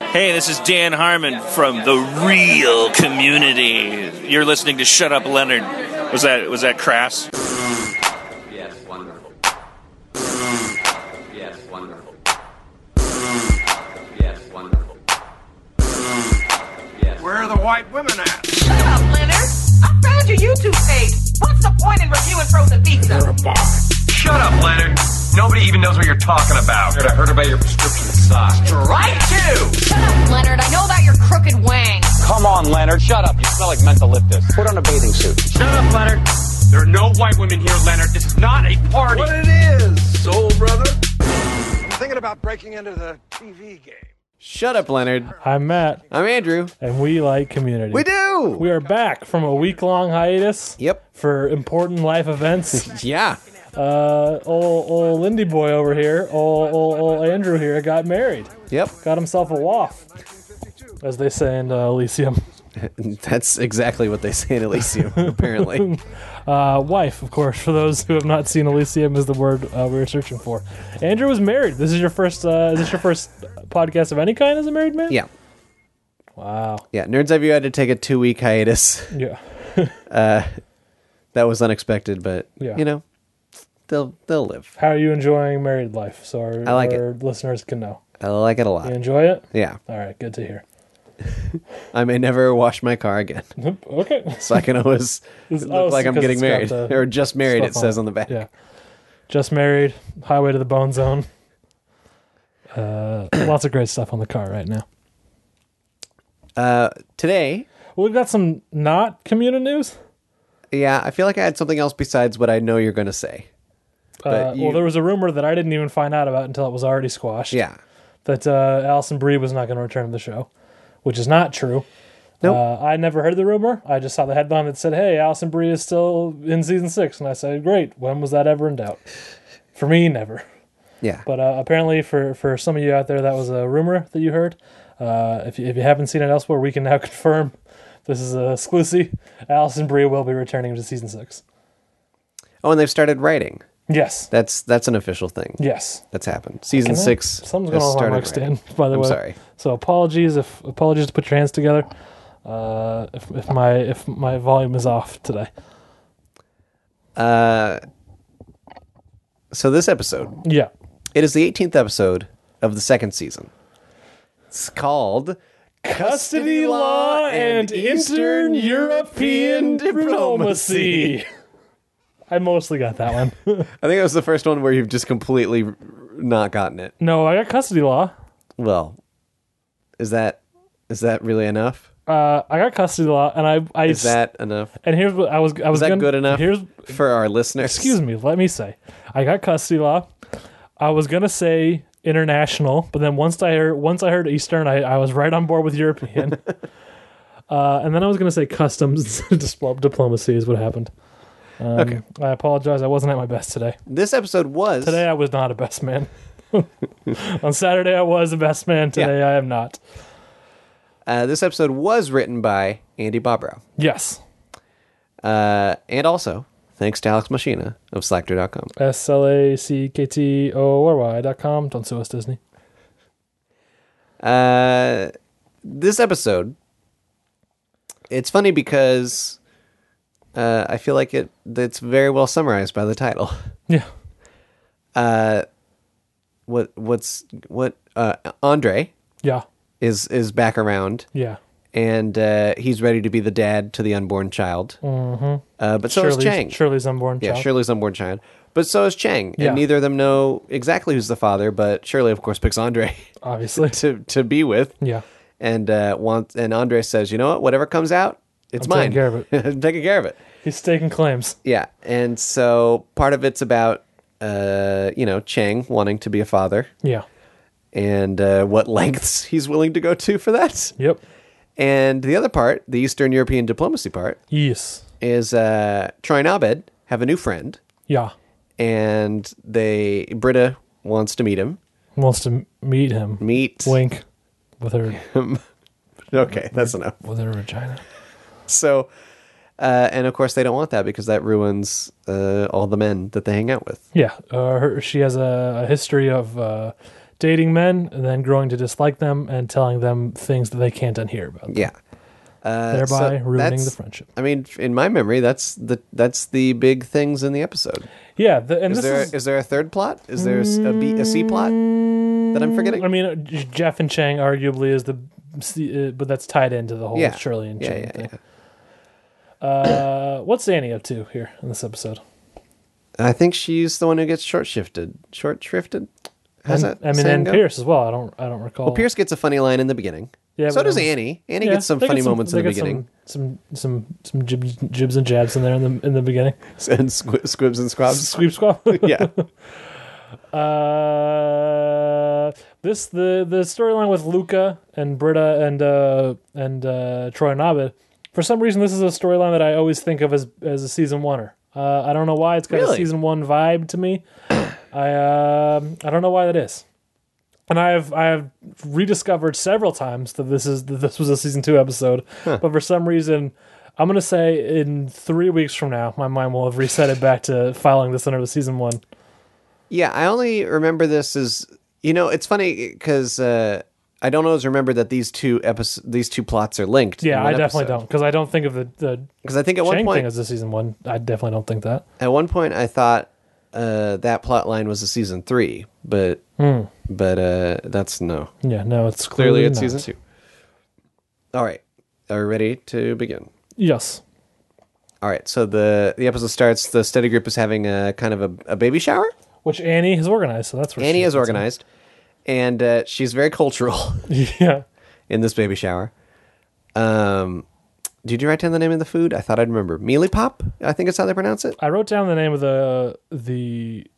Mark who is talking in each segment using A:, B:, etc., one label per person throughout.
A: Hey, this is Dan Harmon from the Real Community. You're listening to Shut Up, Leonard. Was that was that crass?
B: Yes, wonderful. Yes, wonderful. Yes, wonderful. Yes.
C: Where are the white women at?
D: Shut up, Leonard. I found your YouTube page. What's the point in reviewing frozen pizza?
C: Shut up, Leonard. Nobody even knows what you're talking about. I heard about your prescription socks. Right to!
E: Shut up, Leonard. I know about your crooked wang.
F: Come on, Leonard. Shut up. You smell like mentholyptus. Put on a bathing suit.
C: Shut up, Leonard. There are no white women here, Leonard. This is not a party. What it is, soul brother.
G: Thinking about breaking into the TV game.
H: Shut up, Leonard.
I: I'm Matt,
H: I'm Andrew.
I: and we like community.
H: We do.
I: We are back from a week long hiatus.
H: Yep.
I: For important life events.
H: yeah.
I: uh, old, old Lindy boy over here, old, old, old Andrew here, got married.
H: Yep.
I: Got himself a waff, as they say in uh, Elysium.
H: That's exactly what they say in Elysium, apparently.
I: Uh, wife, of course, for those who have not seen Elysium, is the word uh, we were searching for. Andrew was married. This is your first. Uh, is this your first podcast of any kind as a married man?
H: yeah.
I: Wow.
H: Yeah. Nerds have you had to take a two week hiatus.
I: Yeah.
H: That was unexpected, but
I: Yeah.
H: you know, they'll they'll live.
I: How are you enjoying married life? So our,
H: I like it.
I: our listeners can know.
H: I like it a lot.
I: You enjoy it?
H: Yeah.
I: All right, good to hear.
H: I may never wash my car again.
I: Nope, Okay.
H: So I can always
I: It's-
H: look
I: oh, it's
H: like I'm
I: because
H: getting
I: it's got
H: married.
I: the
H: Or just married, it
I: stuff
H: says on the back.
I: Yeah. Just married, highway to the bone zone. Uh, lots of great stuff on the car right now.
H: Today,
I: Well, we've got some not commuter news.
H: yeah, I feel like I had something else besides what I know you're gonna say. But
I: Uh,
H: you-
I: well, there was a rumor that I didn't even find out about until it was already squashed.
H: Yeah.
I: That uh, Allison Brie was not going to return to the show, which is not true.
H: Nope.
I: Uh, I never heard the rumor. I just saw the headline that said, "Hey, Allison Brie is still in season six. and I said, "Great. When was that ever in doubt?" For me, never.
H: Yeah.
I: But uh, apparently, for, for some of you out there, that was a rumor that you heard. Uh, if, you, if you haven't seen it elsewhere, we can now confirm this is a exclusive. Allison Brie will be returning to season six.
H: Oh, and they've started writing.
I: Yes.
H: That's that's an official thing.
I: Yes.
H: That's happened. Season six.
I: Something's
H: has
I: going on
H: started
I: with my mic
H: writing.
I: stand, by the
H: I'm
I: way.
H: sorry.
I: So apologies if apologies to put your hands together. Uh, if, if my if my volume is off today.
H: So this episode,
I: Yeah.
H: it is the 18th episode of the second season. It's called
I: Custody law and Eastern European diplomacy. I mostly got that one.
H: I think it was the first one where you've just completely r- not gotten it.
I: No, I got custody law.
H: Well, is that is that really enough?
I: Uh, I got custody law, and I I
H: Is that enough?
I: and here's what I was I was
H: Is that
I: gonna,
H: good enough
I: Here's
H: for our listeners?
I: excuse me. Let me say, I got custody law. I was gonna say international, but then once I heard once I heard Eastern, I, I was right on board with European. uh, and then I was gonna say customs displ- diplomacy is what happened. Um, okay, I apologize. I wasn't at my best today.
H: This episode was
I: Today I was not a best man. on Saturday I was a best man. Today I am not.
H: uh, this episode was written by Andy Bobrow.
I: Yes.
H: Uh, and also thanks to Alex Machina of Slacker.com.
I: S L A C K T O R Y dot com. Don't sue us, Disney.
H: Uh, this episode, it's funny because uh, I feel like it that's very well summarized by the title.
I: Yeah.
H: What what's what uh, Andre
I: Yeah.
H: is is back around
I: Yeah.
H: and uh, he's ready to be the dad to the unborn child. Mm-hmm. Uh, but so is Chang.
I: Shirley's unborn
H: yeah,
I: child.
H: Shirley's unborn child. But so is Chang,
I: Yeah.
H: and neither of them know exactly who's the father. But Shirley, of course, picks Andre
I: Obviously.
H: to to be with.
I: yeah.
H: and uh, wants and Andre says, you know what? Whatever comes out, it's
I: I'm
H: mine.
I: taking care of it."
H: I'm taking care of it.
I: He's taking claims.
H: Yeah, and so part of it's about uh, you know Chang wanting to be a father
I: Yeah.
H: and uh, what lengths he's willing to go to for that.
I: Yep.
H: And the other part, the Eastern European diplomacy part,
I: Yes.
H: is uh, Troy and Abed have a new friend,
I: Yeah.
H: and they Britta wants to meet him.
I: Wants to m- meet him.
H: Meet
I: Wink. With her
H: Okay, that's enough.
I: with her vagina.
H: So, uh, and of course, they don't want that because that ruins uh, all the men that they hang out with.
I: Yeah. Uh, her, she has a, a history of uh, dating men and then growing to dislike them and telling them things that they can't unhear about,
H: Yeah. Uh, so
I: thereby ruining
H: that's-
I: the friendship.
H: I mean, in my memory, that's the that's the big things in the episode.
I: Yeah, the, and
H: Is
I: this
H: there
I: is-
H: is there a third plot? Is there a s- a B, a C plot that I'm forgetting?
I: I mean, uh, J- Jeff and Chang arguably is the, uh, but that's tied into the whole
H: yeah,
I: Shirley and
H: yeah,
I: Chang
H: yeah,
I: thing.
H: yeah.
I: Uh, what's Annie up to here in this episode?
H: I think she's the one who gets short shifted. Short shrifted. How's
I: and,
H: that?
I: I mean,
H: saying
I: and
H: go?
I: Pierce as well. I don't, I don't recall.
H: Well, Pierce gets a funny line in the beginning.
I: Yeah,
H: so
I: but,
H: does
I: um,
H: Annie. Annie
I: Yeah,
H: gets some
I: they get
H: funny moments in
I: they
H: the
I: get
H: beginning.
I: Some some some, some jib, jibs and jabs in there in the in the beginning.
H: and squi- squibs and squabs.
I: Sweep squab.
H: yeah.
I: uh, this the the storyline with Luca and Britta and uh, and uh, Troy and Abed. For some reason, this is a storyline that I always think of as as a season oneer. Uh, I don't know why. It's got a
H: Really?
I: season one vibe to me. I um I don't know why that is. And I have I have rediscovered several times that this is that this was a season two episode, but for some reason, I'm gonna say in three weeks from now, my mind will have reset it back to filing this under the season one.
H: Yeah, I only remember this as you know. It's funny because uh, I don't always remember that these two episodes, these two plots are linked.
I: Yeah, I definitely don't because I don't think of the the
H: Because I think at
I: Chang
H: one
I: thing
H: point,
I: as the season one. I definitely don't think that.
H: at one point, I thought uh, that plot line was a season three, but
I: Hmm.
H: but uh, that's no.
I: Yeah, no, it's
H: Clearly,
I: clearly,
H: it's
I: not.
H: season two. All right, are we ready to begin?
I: Yes,
H: All right, so the the episode starts. The study group is having a kind of a, a baby shower.
I: which Annie has organized, so Oh, that's where
H: Annie
I: she
H: is
I: fits in.
H: organized, and uh, she's very cultural.
I: Yeah,
H: in this baby shower. Um, did you write down the name of the food? I thought I'd remember. Mealy Pop, I think it's how they pronounce it.
I: I wrote down the name of the the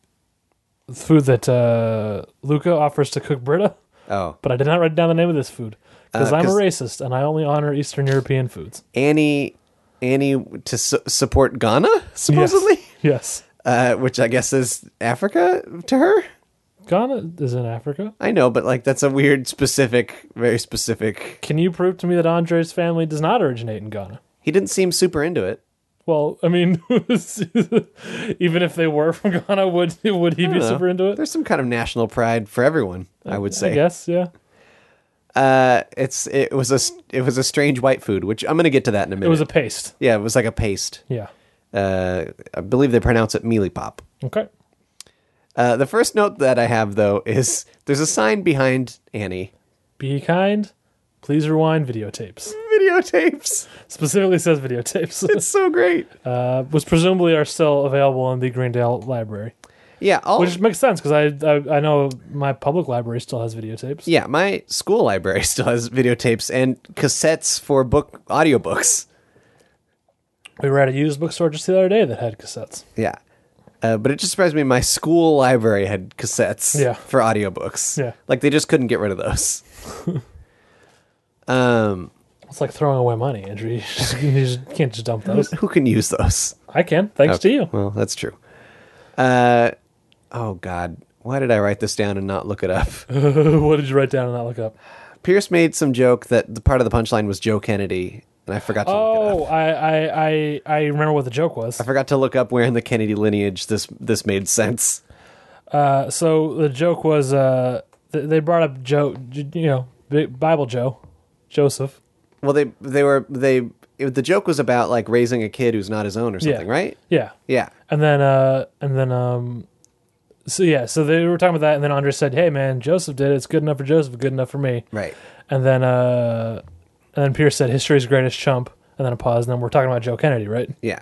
I: food that uh, Luca offers to cook Britta,
H: Oh,
I: but I did not write down the name of this food because
H: Uh,
I: I'm a
H: 'cause-
I: racist and I only honor Eastern European foods.
H: Annie, Annie to su- support Ghana supposedly,
I: Yes,
H: uh, which I guess is Africa to her.
I: Ghana is in Africa.
H: I know, but like that's a weird, specific, very specific.
I: Can you prove to me that Andre's family does not originate in Ghana?
H: He didn't seem super into it.
I: Well, I mean, even if they were from Ghana, would would he be
H: I don't know.
I: super into it?
H: There's some kind of national pride for everyone. I would
I: I
H: say.
I: guess, yeah.
H: Uh, it's it was a s- it was a strange white food, which I'm gonna get to that in a minute.
I: It was a paste.
H: yeah, it was like a paste.
I: Yeah.
H: uh, I believe they pronounce it mealy pop.
I: Okay.
H: Uh, the first note that I have though is there's a sign behind Annie.
I: Be kind. Please rewind videotapes.
H: Videotapes.
I: Specifically says videotapes.
H: It's so great.
I: uh, which presumably are still available in the Greendale Library,
H: Yeah. All,
I: which makes sense because I, I I know my public library still has videotapes.
H: yeah. My school library still has videotapes and cassettes for book audiobooks.
I: We were at a used bookstore just the other day that had cassettes.
H: Yeah. Uh, but it just surprised me. My school library had cassettes
I: Yeah.
H: for audiobooks.
I: Yeah.
H: Like they just couldn't get rid of those. um,
I: It's like throwing away money, Andrew. You, just, you just can't just dump those.
H: who can use those?
I: I can, thanks to you.
H: Well, that's true. Uh, oh God, why did I write this down and not look it up?
I: what did you write down and not look up?
H: Pierce made some joke that the part of the punchline was Joe Kennedy, and I forgot to look it
I: Oh,
H: up.
I: I, I I I remember what the joke was.
H: I forgot to look up where in the Kennedy lineage this this made sense.
I: Uh, so the joke was uh, th- they brought up Joe, J- you know, Bi- Bible Joe, Joseph.
H: Well, they they were they it, the joke was about like raising a kid who's not his own or something, right?
I: Yeah.
H: Yeah,
I: And then uh and then um so yeah, so they were talking about that and then Andre said, "Hey man, Joseph did it. It's good enough for Joseph, good enough for me."
H: right.
I: And then uh and then Pierce said, "History's greatest chump." And then a pause and then we're talking about Joe Kennedy, right?
H: Yeah.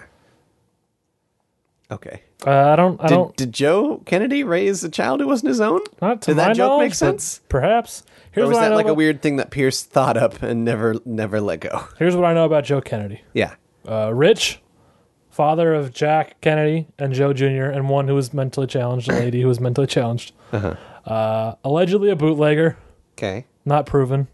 H: Okay.
I: Uh, I don't I
H: Did,
I: don't
H: did Joe Kennedy raise a child who wasn't his own?
I: not to
H: did
I: my
H: that joke
I: knowledge,
H: make
I: but
H: sense?
I: Perhaps. Here's
H: Or was
I: what I
H: that
I: know
H: like a
I: about-
H: weird thing that Pierce thought up and never never let go?
I: Here's what I know about Joe Kennedy.
H: Yeah.
I: Uh, rich, father of Jack Kennedy and Joe Jr. and one who was mentally challenged, a lady who was mentally challenged. Uh-huh. allegedly a bootlegger.
H: Okay.
I: not proven.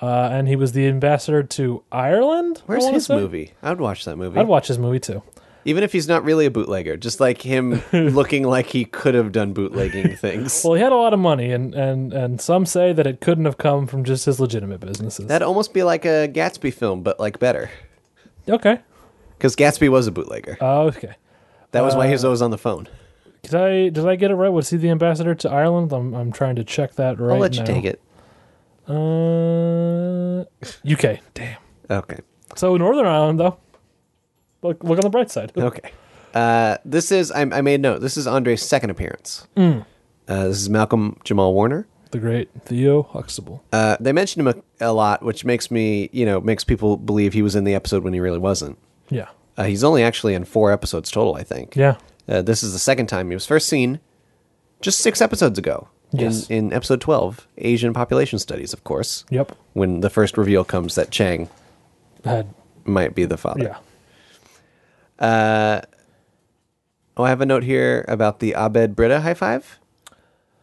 I: Uh, and he was the ambassador to Ireland. I
H: Where's
I: wanna
H: his
I: say?
H: movie? I would watch that movie.
I: I'd watch his movie too.
H: Even if he's not really a bootlegger, just like him looking like he could have done bootlegging things.
I: Well, he had a lot of money, and, and, and some say that it couldn't have come from just his legitimate businesses.
H: That'd almost be like a Gatsby film, but like better.
I: okay.
H: Because Gatsby was a bootlegger.
I: Oh, okay. Uh,
H: That was why he was always on the phone.
I: Did I did I get it right? Was he the ambassador to Ireland? I'm I'm trying to check that right
H: I'll let you
I: now.
H: take it.
I: Uh, UK. Damn.
H: Okay.
I: So Northern Ireland though. Look look on the bright side.
H: Okay. Uh, this is I, I made note. This is Andre's second appearance.
I: Mm.
H: Uh, this is Malcolm Jamal Warner.
I: The great Theo Huxtable.
H: Uh, they mentioned him a, a lot, which makes me, you know, makes people believe he was in the episode when he really wasn't.
I: yeah.
H: Uh, he's only actually in four episodes total, I think.
I: Yeah.
H: Uh, this is the second time he was first seen, just six episodes ago.
I: Yes.
H: In, in episode twelve, Asian population studies, of course.
I: Yep.
H: When the first reveal comes that Chang
I: Had
H: might be the father.
I: yeah.
H: Oh, I have a note here about the Abed Britta high five.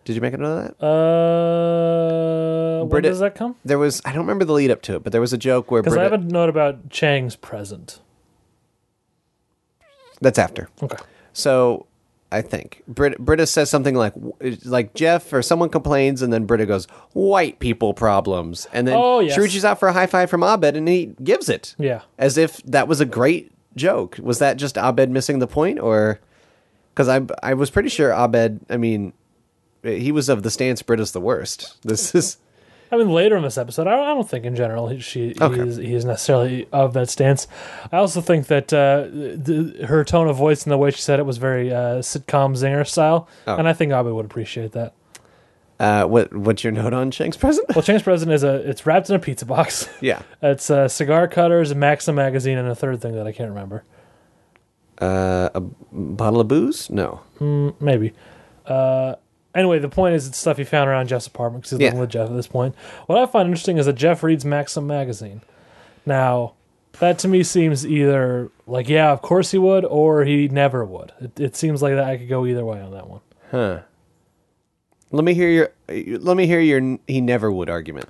H: Did you make a note of that?
I: Uh, when
H: Bridget-
I: does that come?
H: There was I don't remember the lead up to it, but there was a joke where
I: Because
H: Britta,
I: I have a note about Chang's present.
H: that's after.
I: Okay.
H: So I think Brit, Britta says something like like Jeff or someone complains, and then Britta goes white people problems, and then
I: Oh, yes.
H: she reaches out for a high five from Abed, and he gives it.
I: Yeah.
H: as if that was a great joke. Was that just Abed missing the point, or because I I was pretty sure Abed. I mean, he was of the stance Britta's the worst. This is
I: I mean, later in this episode, I don't, I don't think in general he, she
H: Okay.
I: he, is, he is necessarily of that stance. I also think that uh, the, her tone of voice and the way she said it was very uh, sitcom zinger style,
H: Oh.
I: and I think Abe would appreciate that.
H: uh, what what's your note on Shank's present?
I: Well, Chang's present is a it's wrapped in a pizza box.
H: yeah,
I: it's uh, cigar cutters, a Maxim magazine, and a third thing that I can't remember.
H: bottle of booze? No.
I: Maybe. Uh, anyway, the point is it's stuff he found around Jeff's apartment because he's
H: Yeah.
I: living with Jeff at this point. What I find interesting is that Jeff reads Maxim magazine. Now, that to me seems either like, yeah, of course he would, or he never would. It, it seems like that I could go either way on that one.
H: Let me hear your let me hear your n- he never would argument.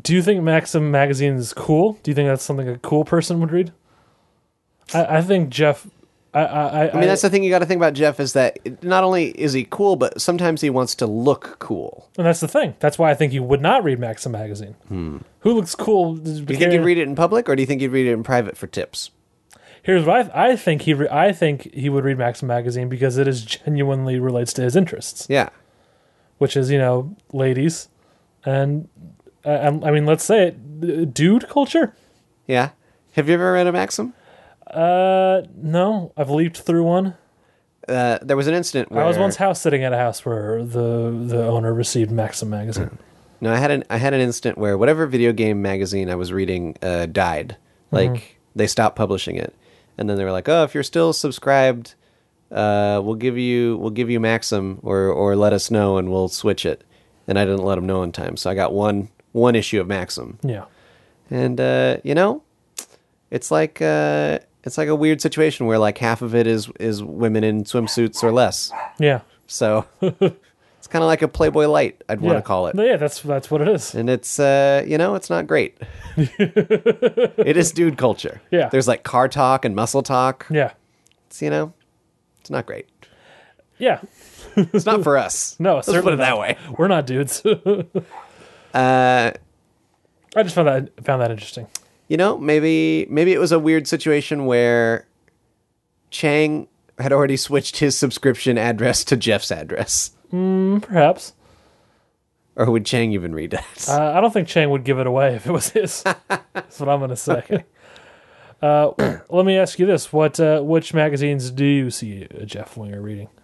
I: Do you think Maxim magazine is cool? Do you think that's something a cool person would read? I, I think Jeff. I, I, I,
H: I mean, that's the thing you got to think about Jeff is that it- not only is he cool, but sometimes he wants to look cool.
I: and that's the thing. That's why I think you would not read Maxim magazine. Who looks cool?
H: Do you think he'd read it in public, or do you think he'd read it in private for tips?
I: Here's what I, th- I think he re- I think he would read Maxim magazine because it is genuinely relates to his interests,
H: Yeah,
I: which is you know ladies, and uh, um, I mean let's say it, d- dude culture.
H: yeah. Have you ever read a Maxim?
I: Uh, no, I've leaped through one.
H: Uh, there was an incident where
I: I was once house sitting at a house where the the owner received Maxim magazine.
H: no, I had an I had an instant where whatever video game magazine I was reading uh, died.
I: Mm-hmm.
H: Like they stopped publishing it, and then they were like, "Oh, if you're still subscribed, uh, we'll give you we'll give you Maxim, or or let us know, and we'll switch it." And I didn't let them know in time, so I got one one issue of Maxim.
I: Yeah,
H: and uh, you know, it's like uh, it's like a weird situation where like half of it is is women in swimsuits or less.
I: yeah.
H: So it's kind of like a Playboy light, I'd want
I: yeah.
H: to call it.
I: No, yeah, that's that's what it is.
H: And it's uh, you know, it's not great. it is dude culture.
I: Yeah.
H: there's like car talk and muscle talk.
I: Yeah,
H: It's you know, it's not great.
I: yeah.
H: It's not for us.
I: No,
H: let's put
I: certainly
H: it that
I: not.
H: way.
I: We're not dudes. uh, I just found that found that interesting.
H: you know, maybe maybe it was a weird situation where Chang had already switched his subscription address to Jeff's address.
I: Perhaps.
H: Or would Chang even read that?
I: Uh, I don't think Chang would give it away if it was his. That's what I'm going to say. Uh, let me ask you this: What uh, which magazines do you see uh, Jeff Winger reading?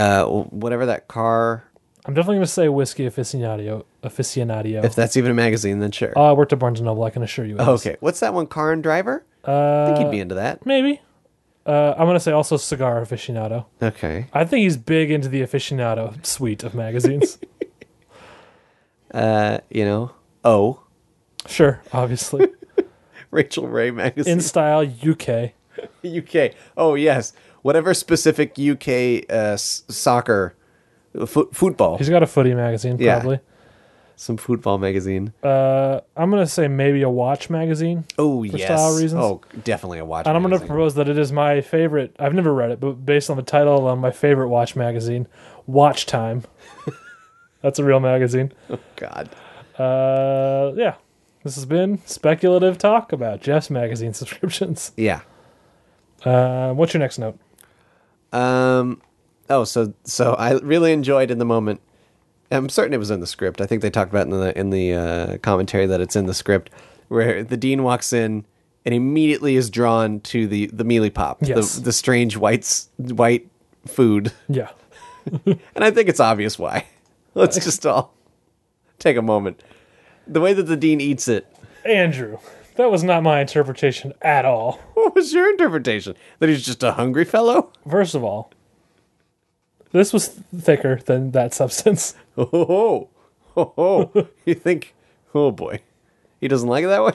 H: Uh, whatever that car,
I: I'm definitely going to say Whiskey Aficionado. Aficionado.
H: if Oh. that's even a magazine, then sure.
I: oh, I worked at Barnes and Noble. I can assure you. it is.
H: okay, what's that one? Car and Driver. Uh, I think he'd be into that.
I: maybe. Uh, I'm going to say also Cigar Aficionado.
H: Okay.
I: I think he's big into the aficionado suite of magazines.
H: You know, oh,
I: sure, obviously.
H: Rachel Ray magazine,
I: In Style UK.
H: UK. Oh yes, whatever specific UK uh, s- soccer, uh, fo- football,
I: He's got a footy magazine,
H: Yeah.
I: probably.
H: some football magazine.
I: Uh, I'm going to say maybe a watch magazine.
H: Oh
I: for
H: yes.
I: style reasons.
H: Oh, definitely a watch.
I: And I'm going to
H: magazine.
I: propose that it is my favorite. I've never read it, but based on the title alone, my favorite watch magazine, Watch Time. That's a real magazine.
H: God.
I: Uh, yeah. This has been speculative talk about Jeff's magazine subscriptions. Um,
H: Yeah.
I: Uh, what's your next note?
H: Um, Oh, so so I really enjoyed in the moment. I'm certain it was in the script. I think they talked about it in the in the uh, commentary that it's in the script where the dean walks in and immediately is drawn to the the mealy pop,
I: Yes.
H: the the strange whites white food,
I: Yeah.
H: and I think it's obvious why. Let's just all take a moment. The way that the dean eats it.
I: Andrew, that was not my interpretation at all.
H: What was your interpretation? That he's just a hungry fellow?
I: First of all, this was thicker than that substance.
H: Oh, oh, oh. you think? Oh boy, he doesn't like it that way.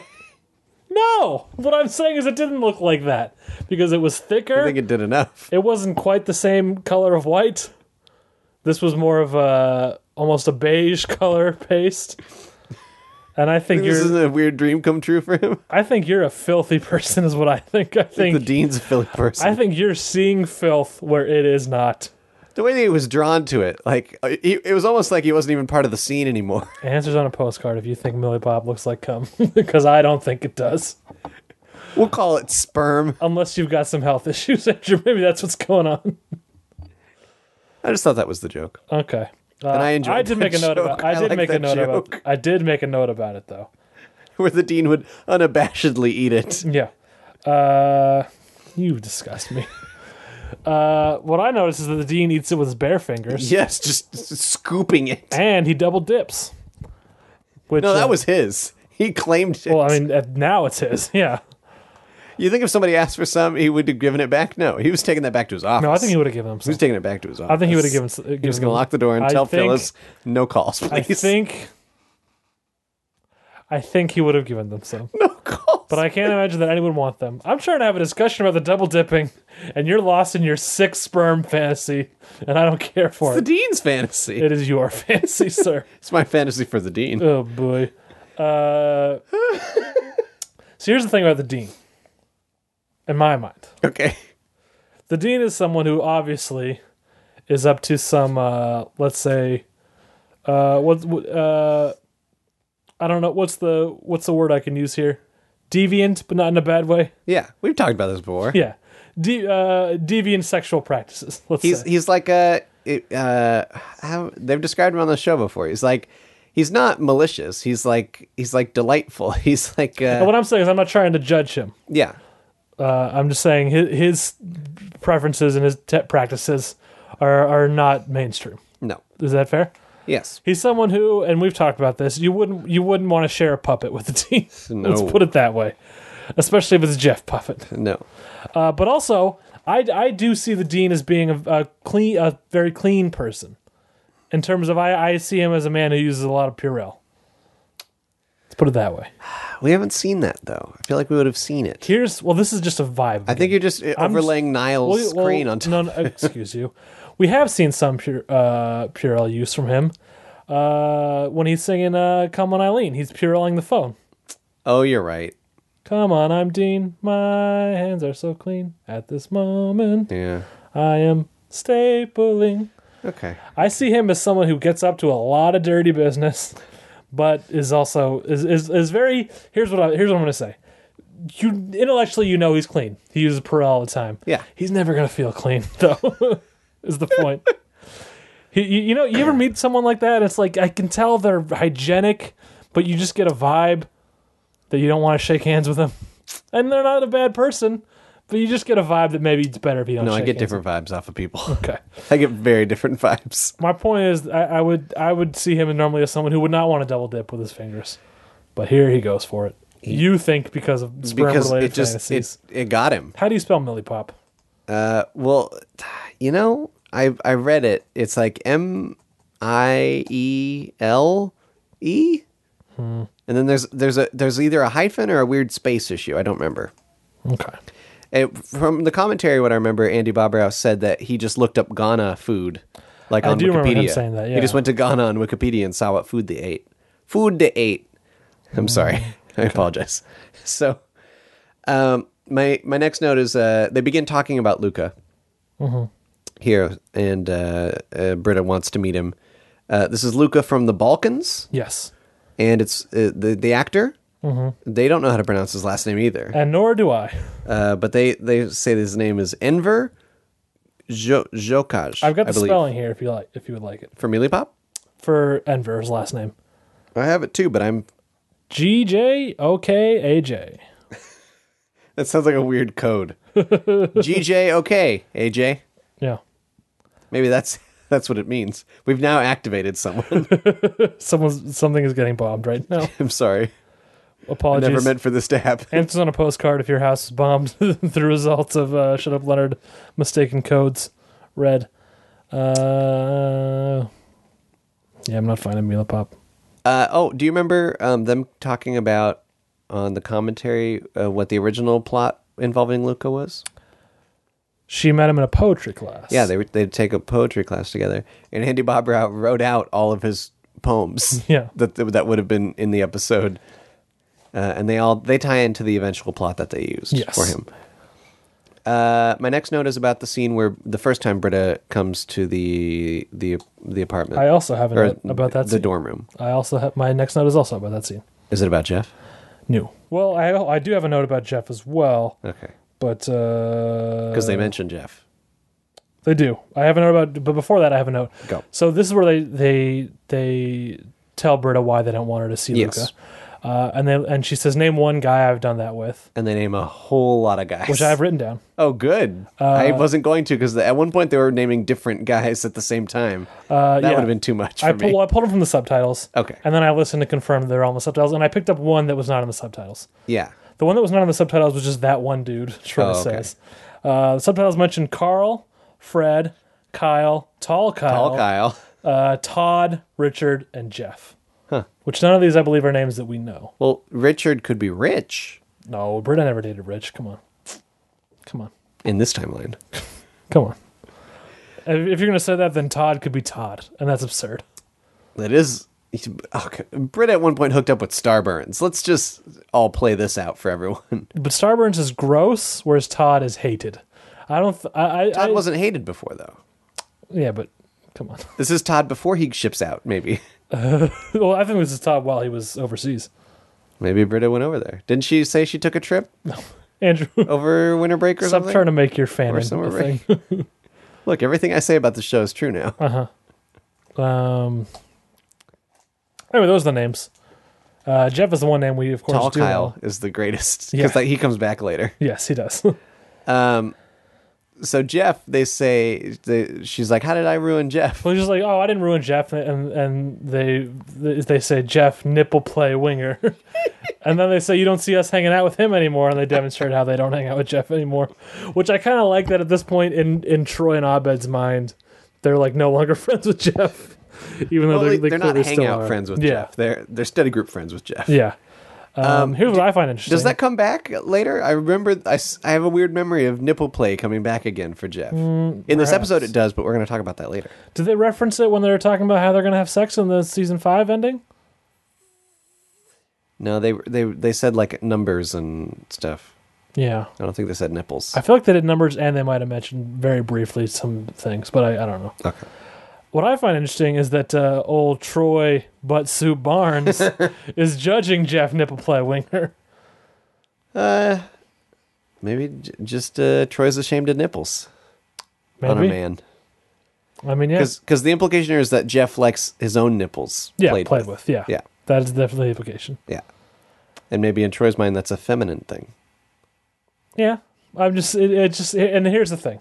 I: No! What I'm saying is it didn't look like that because it was
H: I
I: thicker.
H: think it did enough.
I: it wasn't quite the same color of white. This was more of a almost a beige color paste. And I think
H: This
I: you're
H: isn't a weird dream come true for him.
I: I think you're a filthy person is what I think. I
H: The
I: think
H: dean's a Philly person.
I: I think you're seeing filth where it is not.
H: the way that he was drawn to it, like uh, he, it was almost like he wasn't even part of the scene anymore.
I: Answers on a postcard if you think Millie Bob looks like cum because I don't think it does.
H: We'll call it sperm.
I: Unless you've got some health issues, Andrew. Maybe that's what's going on.
H: I just thought that was the joke.
I: Okay. Uh,
H: And I enjoyed
I: did
H: that
I: make a note
H: joke.
I: about. I
H: I
I: did
H: like
I: make a
H: that
I: note about.
H: joke.
I: I did make a note about it though.
H: Where the dean would unabashedly eat it.
I: Yeah. Uh, you disgust me. Uh, what I noticed is that the dean eats it with his bare fingers,
H: Yes, just s- scooping it.
I: and he double dips. Which
H: No,
I: uh,
H: that was his. He claimed it.
I: well. I mean, uh, now it's his. Yeah.
H: you think if somebody asked for some, he would have given it back? No, he was taking that back to his office.
I: No, I think he would have given him.
H: He
I: Some.
H: was taking it back to his office.
I: I think he would have given. s- uh,
H: He was
I: given
H: going to
I: him-
H: lock the door and
I: I
H: tell
I: think-
H: Phyllis, no calls, please.
I: I think. I think he would have given them some,
H: no calls.
I: but I can't imagine that anyone would want them. I'm trying to have a discussion about the double dipping, and you're lost in your sick sperm fantasy, and I don't care for
H: the
I: it.
H: dean's fantasy.
I: It is your fantasy, sir.
H: It's my fantasy for the dean.
I: Oh boy. Uh, so here's the thing about the dean. In my mind,
H: Okay.
I: the dean is someone who obviously is up to some, uh, let's say, uh, what, what- uh, I don't know what's the what's the word I can use here, deviant, but not in a bad way.
H: Yeah, we've talked about this before.
I: Yeah, De- uh, deviant sexual practices. Let's
H: He's
I: say.
H: he's like a it, uh how they've described him on the show before. He's like he's not malicious. He's like he's like delightful. He's like
I: And
H: uh,
I: what I'm saying is, I'm not trying to judge him.
H: yeah.
I: Uh, I'm just saying his, his preferences and his te- practices are are not mainstream.
H: No.
I: Is that fair?
H: Yes.
I: He's someone who, and we've talked about this. You wouldn't you wouldn't want to share a puppet with the team.
H: No.
I: Let's put it that way, especially if it's Jeff Puppet.
H: No.
I: Uh, but also, I, I do see the dean as being a, a clean, a very clean person. In terms of, I, I see him as a man who uses a lot of Purell. Let's put it that way.
H: We haven't seen that though. I feel like we would have seen it.
I: Here's well, this is just a vibe.
H: I think you're just uh,
I: I'm just-
H: overlaying Niall's
I: Well, well,
H: screen on top.
I: no, no, excuse you. We have seen some pure uh, Purell use from him uh, when he's singing uh, "Come on, Eileen." He's Purelling the phone.
H: Oh, you're right.
I: Come on, I'm Dean. My hands are so clean. At this moment,
H: Yeah.
I: I am stapling.
H: Okay.
I: I see him as someone who gets up to a lot of dirty business, but is also is is, is very. Here's what I here's what I'm gonna say. You intellectually, you know he's clean. He uses Perel all the time.
H: Yeah.
I: he's never gonna feel clean though. is the point. he, you, you know, you ever meet someone like that? It's like I can tell they're hygienic, but you just get a vibe that you don't want to shake hands with them, and they're not a bad person. But you just get a vibe that maybe it's better if you don't.
H: No, I
I: shake
H: get
I: hands with
H: different vibes off of people.
I: them. Okay.
H: I get very different vibes.
I: My point is, I, I would I would see him normally as someone who would not want to double dip with his fingers, but here he goes for it. you think because of sperm
H: Because
I: related
H: it just
I: fantasies?
H: it, it got him.
I: How do you spell Millie Pop?
H: Well, you know, I I read it. It's like M I E L E, and then there's there's a there's either a hyphen or a weird space issue. I don't remember.
I: Okay,
H: It, from the commentary, what I remember, Andy Bobrow said that he just looked up Ghana food, like
I: I
H: on
I: do
H: Wikipedia.
I: remember him saying that,
H: He
I: yeah.
H: just went to Ghana on Wikipedia and saw what food they ate. Food they ate.
I: Hmm.
H: I'm sorry. I apologize. So, um, my my next note is uh, they begin talking about Luca
I: Mm-hmm.
H: here, and uh, uh, Britta wants to meet him. Uh, this is Luca from the Balkans,
I: yes,
H: and it's uh, the the actor.
I: Mm-hmm.
H: They don't know how to pronounce his last name either
I: and nor do I.
H: uh, but they they say his name is Enver Jo- Jokaj.
I: I've got
H: I
I: the
H: believe.
I: spelling here if you like, if you would like it
H: for Mealypop.
I: for Enver's last name.
H: I have it too, but I'm.
I: G J O K A J.
H: That sounds like a weird code. GJ okay AJ.
I: Yeah.
H: Maybe that's that's what it means. We've now activated someone.
I: Someone's something is getting bombed right now.
H: I'm sorry. I
I: Apologies.
H: never meant for this to happen.
I: Answers on a postcard if your house is bombed. the results of uh, Shut Up Leonard mistaken codes. Red. Uh, yeah, I'm not finding Mila Pop.
H: Uh, oh, do you remember um, them talking about on the commentary uh, what the original plot involving Luca was?
I: She met him in a poetry class.
H: Yeah, they would they'd take a poetry class together, and Andy Bobrow wrote out all of his poems.
I: Yeah.
H: that that would have been in the episode, uh, and they all they tie into the eventual plot that they used
I: Yes.
H: for him. Uh, my next note is about the scene where the first time Britta comes to the the the apartment.
I: I also have a
H: or
I: note about that
H: the
I: scene.
H: dorm room.
I: I also have my next note is also about that scene.
H: Is it about Jeff?
I: New. Well, I I do have a note about Jeff as well,
H: Okay,
I: but uh, because
H: because they mentioned Jeff.
I: They do. I have a note about, but before that, I have a note.
H: Go.
I: So this is where they they they tell Britta why they don't want her to see
H: Yes.
I: Luca, uh, and they and she says, "Name one guy I've done that with,"
H: and they name a whole lot of guys.
I: which Uh, I have written down.
H: Oh, good. I wasn't going to because at one point they were naming different guys at the same time. Uh, that
I: yeah.
H: would have been too much for
I: I
H: me.
I: pull, well, I pulled them from the subtitles.
H: Okay.
I: And then I listened to confirm that they're all in the subtitles, and I picked up one that was not in the subtitles.
H: yeah,
I: The one that was not in the subtitles was just that one dude. Troy
H: Oh, okay.
I: says. Uh, the subtitles mentioned Carl, Fred, Kyle, Tall Kyle,
H: Paul Kyle.
I: Uh, Todd, Richard, and Jeff. Huh. Which none of these, I believe, are names that we know.
H: Well, Richard could be rich
I: No, Britta never dated Rich. Come on. Come on.
H: in this timeline.
I: Come on. If if you're going to say that, then Todd could be Todd, and that's absurd.
H: That is. Okay. Britt at one point hooked up with Starburns. Let's just all play this out for everyone.
I: But Starburns is gross, whereas Todd is hated. I don't. Th- I, I,
H: Todd
I: I-
H: wasn't hated before, though.
I: Yeah, but come on.
H: This is Todd before he ships out, maybe.
I: well, I think this is Todd while he was overseas.
H: Maybe Britta went over there. Didn't she say she took a trip
I: Andrew,
H: over winter break or
I: stop
H: something?
I: trying to make your fan
H: Or
I: into
H: summer
I: a thing.
H: break. Look, everything I say about the show is true now.
I: Uh-huh. um. Anyway, those are the names. Uh, Jeff is the one name we, of course,
H: Tall
I: do
H: Kyle
I: know.
H: is the greatest
I: Yeah.
H: because like, he comes back later. Um,
I: Yes, he does.
H: So Jeff, they say they, she's like, "How did I ruin Jeff?"
I: Well, he's just like, oh, I didn't ruin Jeff, and and they they say Jeff nipple play winger, and then they say you don't see us hanging out with him anymore, and they demonstrate how they don't hang out with Jeff anymore, which I kind of like that at this point in in Troy and Abed's mind, they're like no longer friends with Jeff, even though
H: Well,
I: they're,
H: they,
I: they
H: are not
I: clearly still
H: hangout
I: are.
H: friends with
I: yeah.
H: Jeff. They're they're study group friends with Jeff.
I: Yeah, um, here's what I find interesting.
H: Does that come back later? I remember I, s- I have a weird memory of nipple play coming back again for Jeff. In this
I: Mm, perhaps.
H: episode, it does, but we're going to talk about that later.
I: Did they reference it when they were talking about how they're gonna have sex in the season five ending?
H: No, they they they said like numbers and stuff.
I: Yeah.
H: I don't think they said nipples.
I: I feel like they did numbers and they might have mentioned very briefly some things, but I, I don't know.
H: Okay.
I: What I find interesting is that uh, old Troy Butt Sue Barnes is judging Jeff Nippleplay Winger.
H: Uh, Maybe j- just uh, Troy's ashamed of nipples
I: Maybe.
H: on a man.
I: I mean, yeah.
H: because the implication here is that Jeff likes his own nipples.
I: Yeah, played, with. Yeah.
H: Yeah.
I: That is definitely the implication.
H: Yeah, and maybe in Troy's mind that's a feminine thing.
I: Yeah. I'm just, it, it just, and here's the thing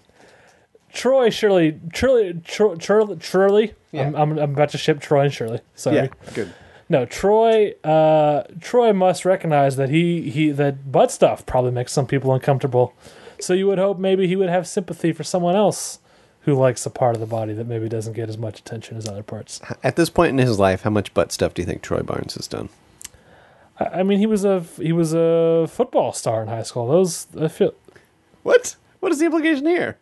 I: Troy Shirley, Shirley, Tro- Shirley, Shirley. I'm, I'm, I'm about to ship Troy and Shirley. Sorry.
H: good.
I: No, Troy. Uh, Troy must recognize that he he that butt stuff probably makes some people uncomfortable. So you would hope maybe he would have sympathy for someone else who likes a part of the body that maybe doesn't get as much attention as other parts.
H: At this point in his life, how much butt stuff do you think Troy Barnes has done?
I: I, I mean, he was a he was a football star in high school. Those I feel.
H: What? What is the implication here?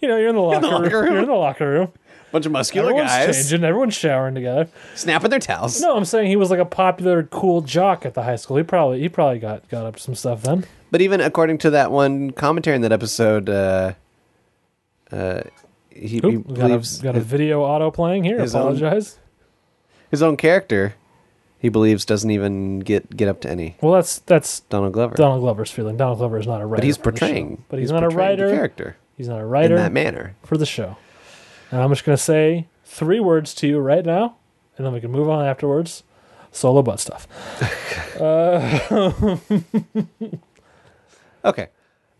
I: You know, you're in the locker,
H: locker
I: room.
H: room.
I: You're in the locker room.
H: Bunch of muscular
I: Everyone's
H: guys
I: changing. Everyone's showering together.
H: snapping their towels.
I: No, I'm saying he was like a popular, cool jock at the high school. He probably he probably got got up to some stuff then.
H: But even according to that one commentary in that episode, uh, uh, he, he
I: Oop, we got a,
H: believes
I: got a video auto playing here.
H: his own-
I: Apologize.
H: his own character. He believes doesn't even get get up to any
I: Well, that's that's
H: Donald Glover.
I: Donald Glover's feeling. Donald Glover is not a writer.
H: but he's
I: for the show.
H: portraying.
I: But he's, not a
H: portraying the
I: writer.
H: character.
I: He's not a
H: in
I: writer
H: that manner.
I: for the show. And I'm just going to say three words to you right now, and then we can move on afterwards. Solo butt stuff.
H: Okay.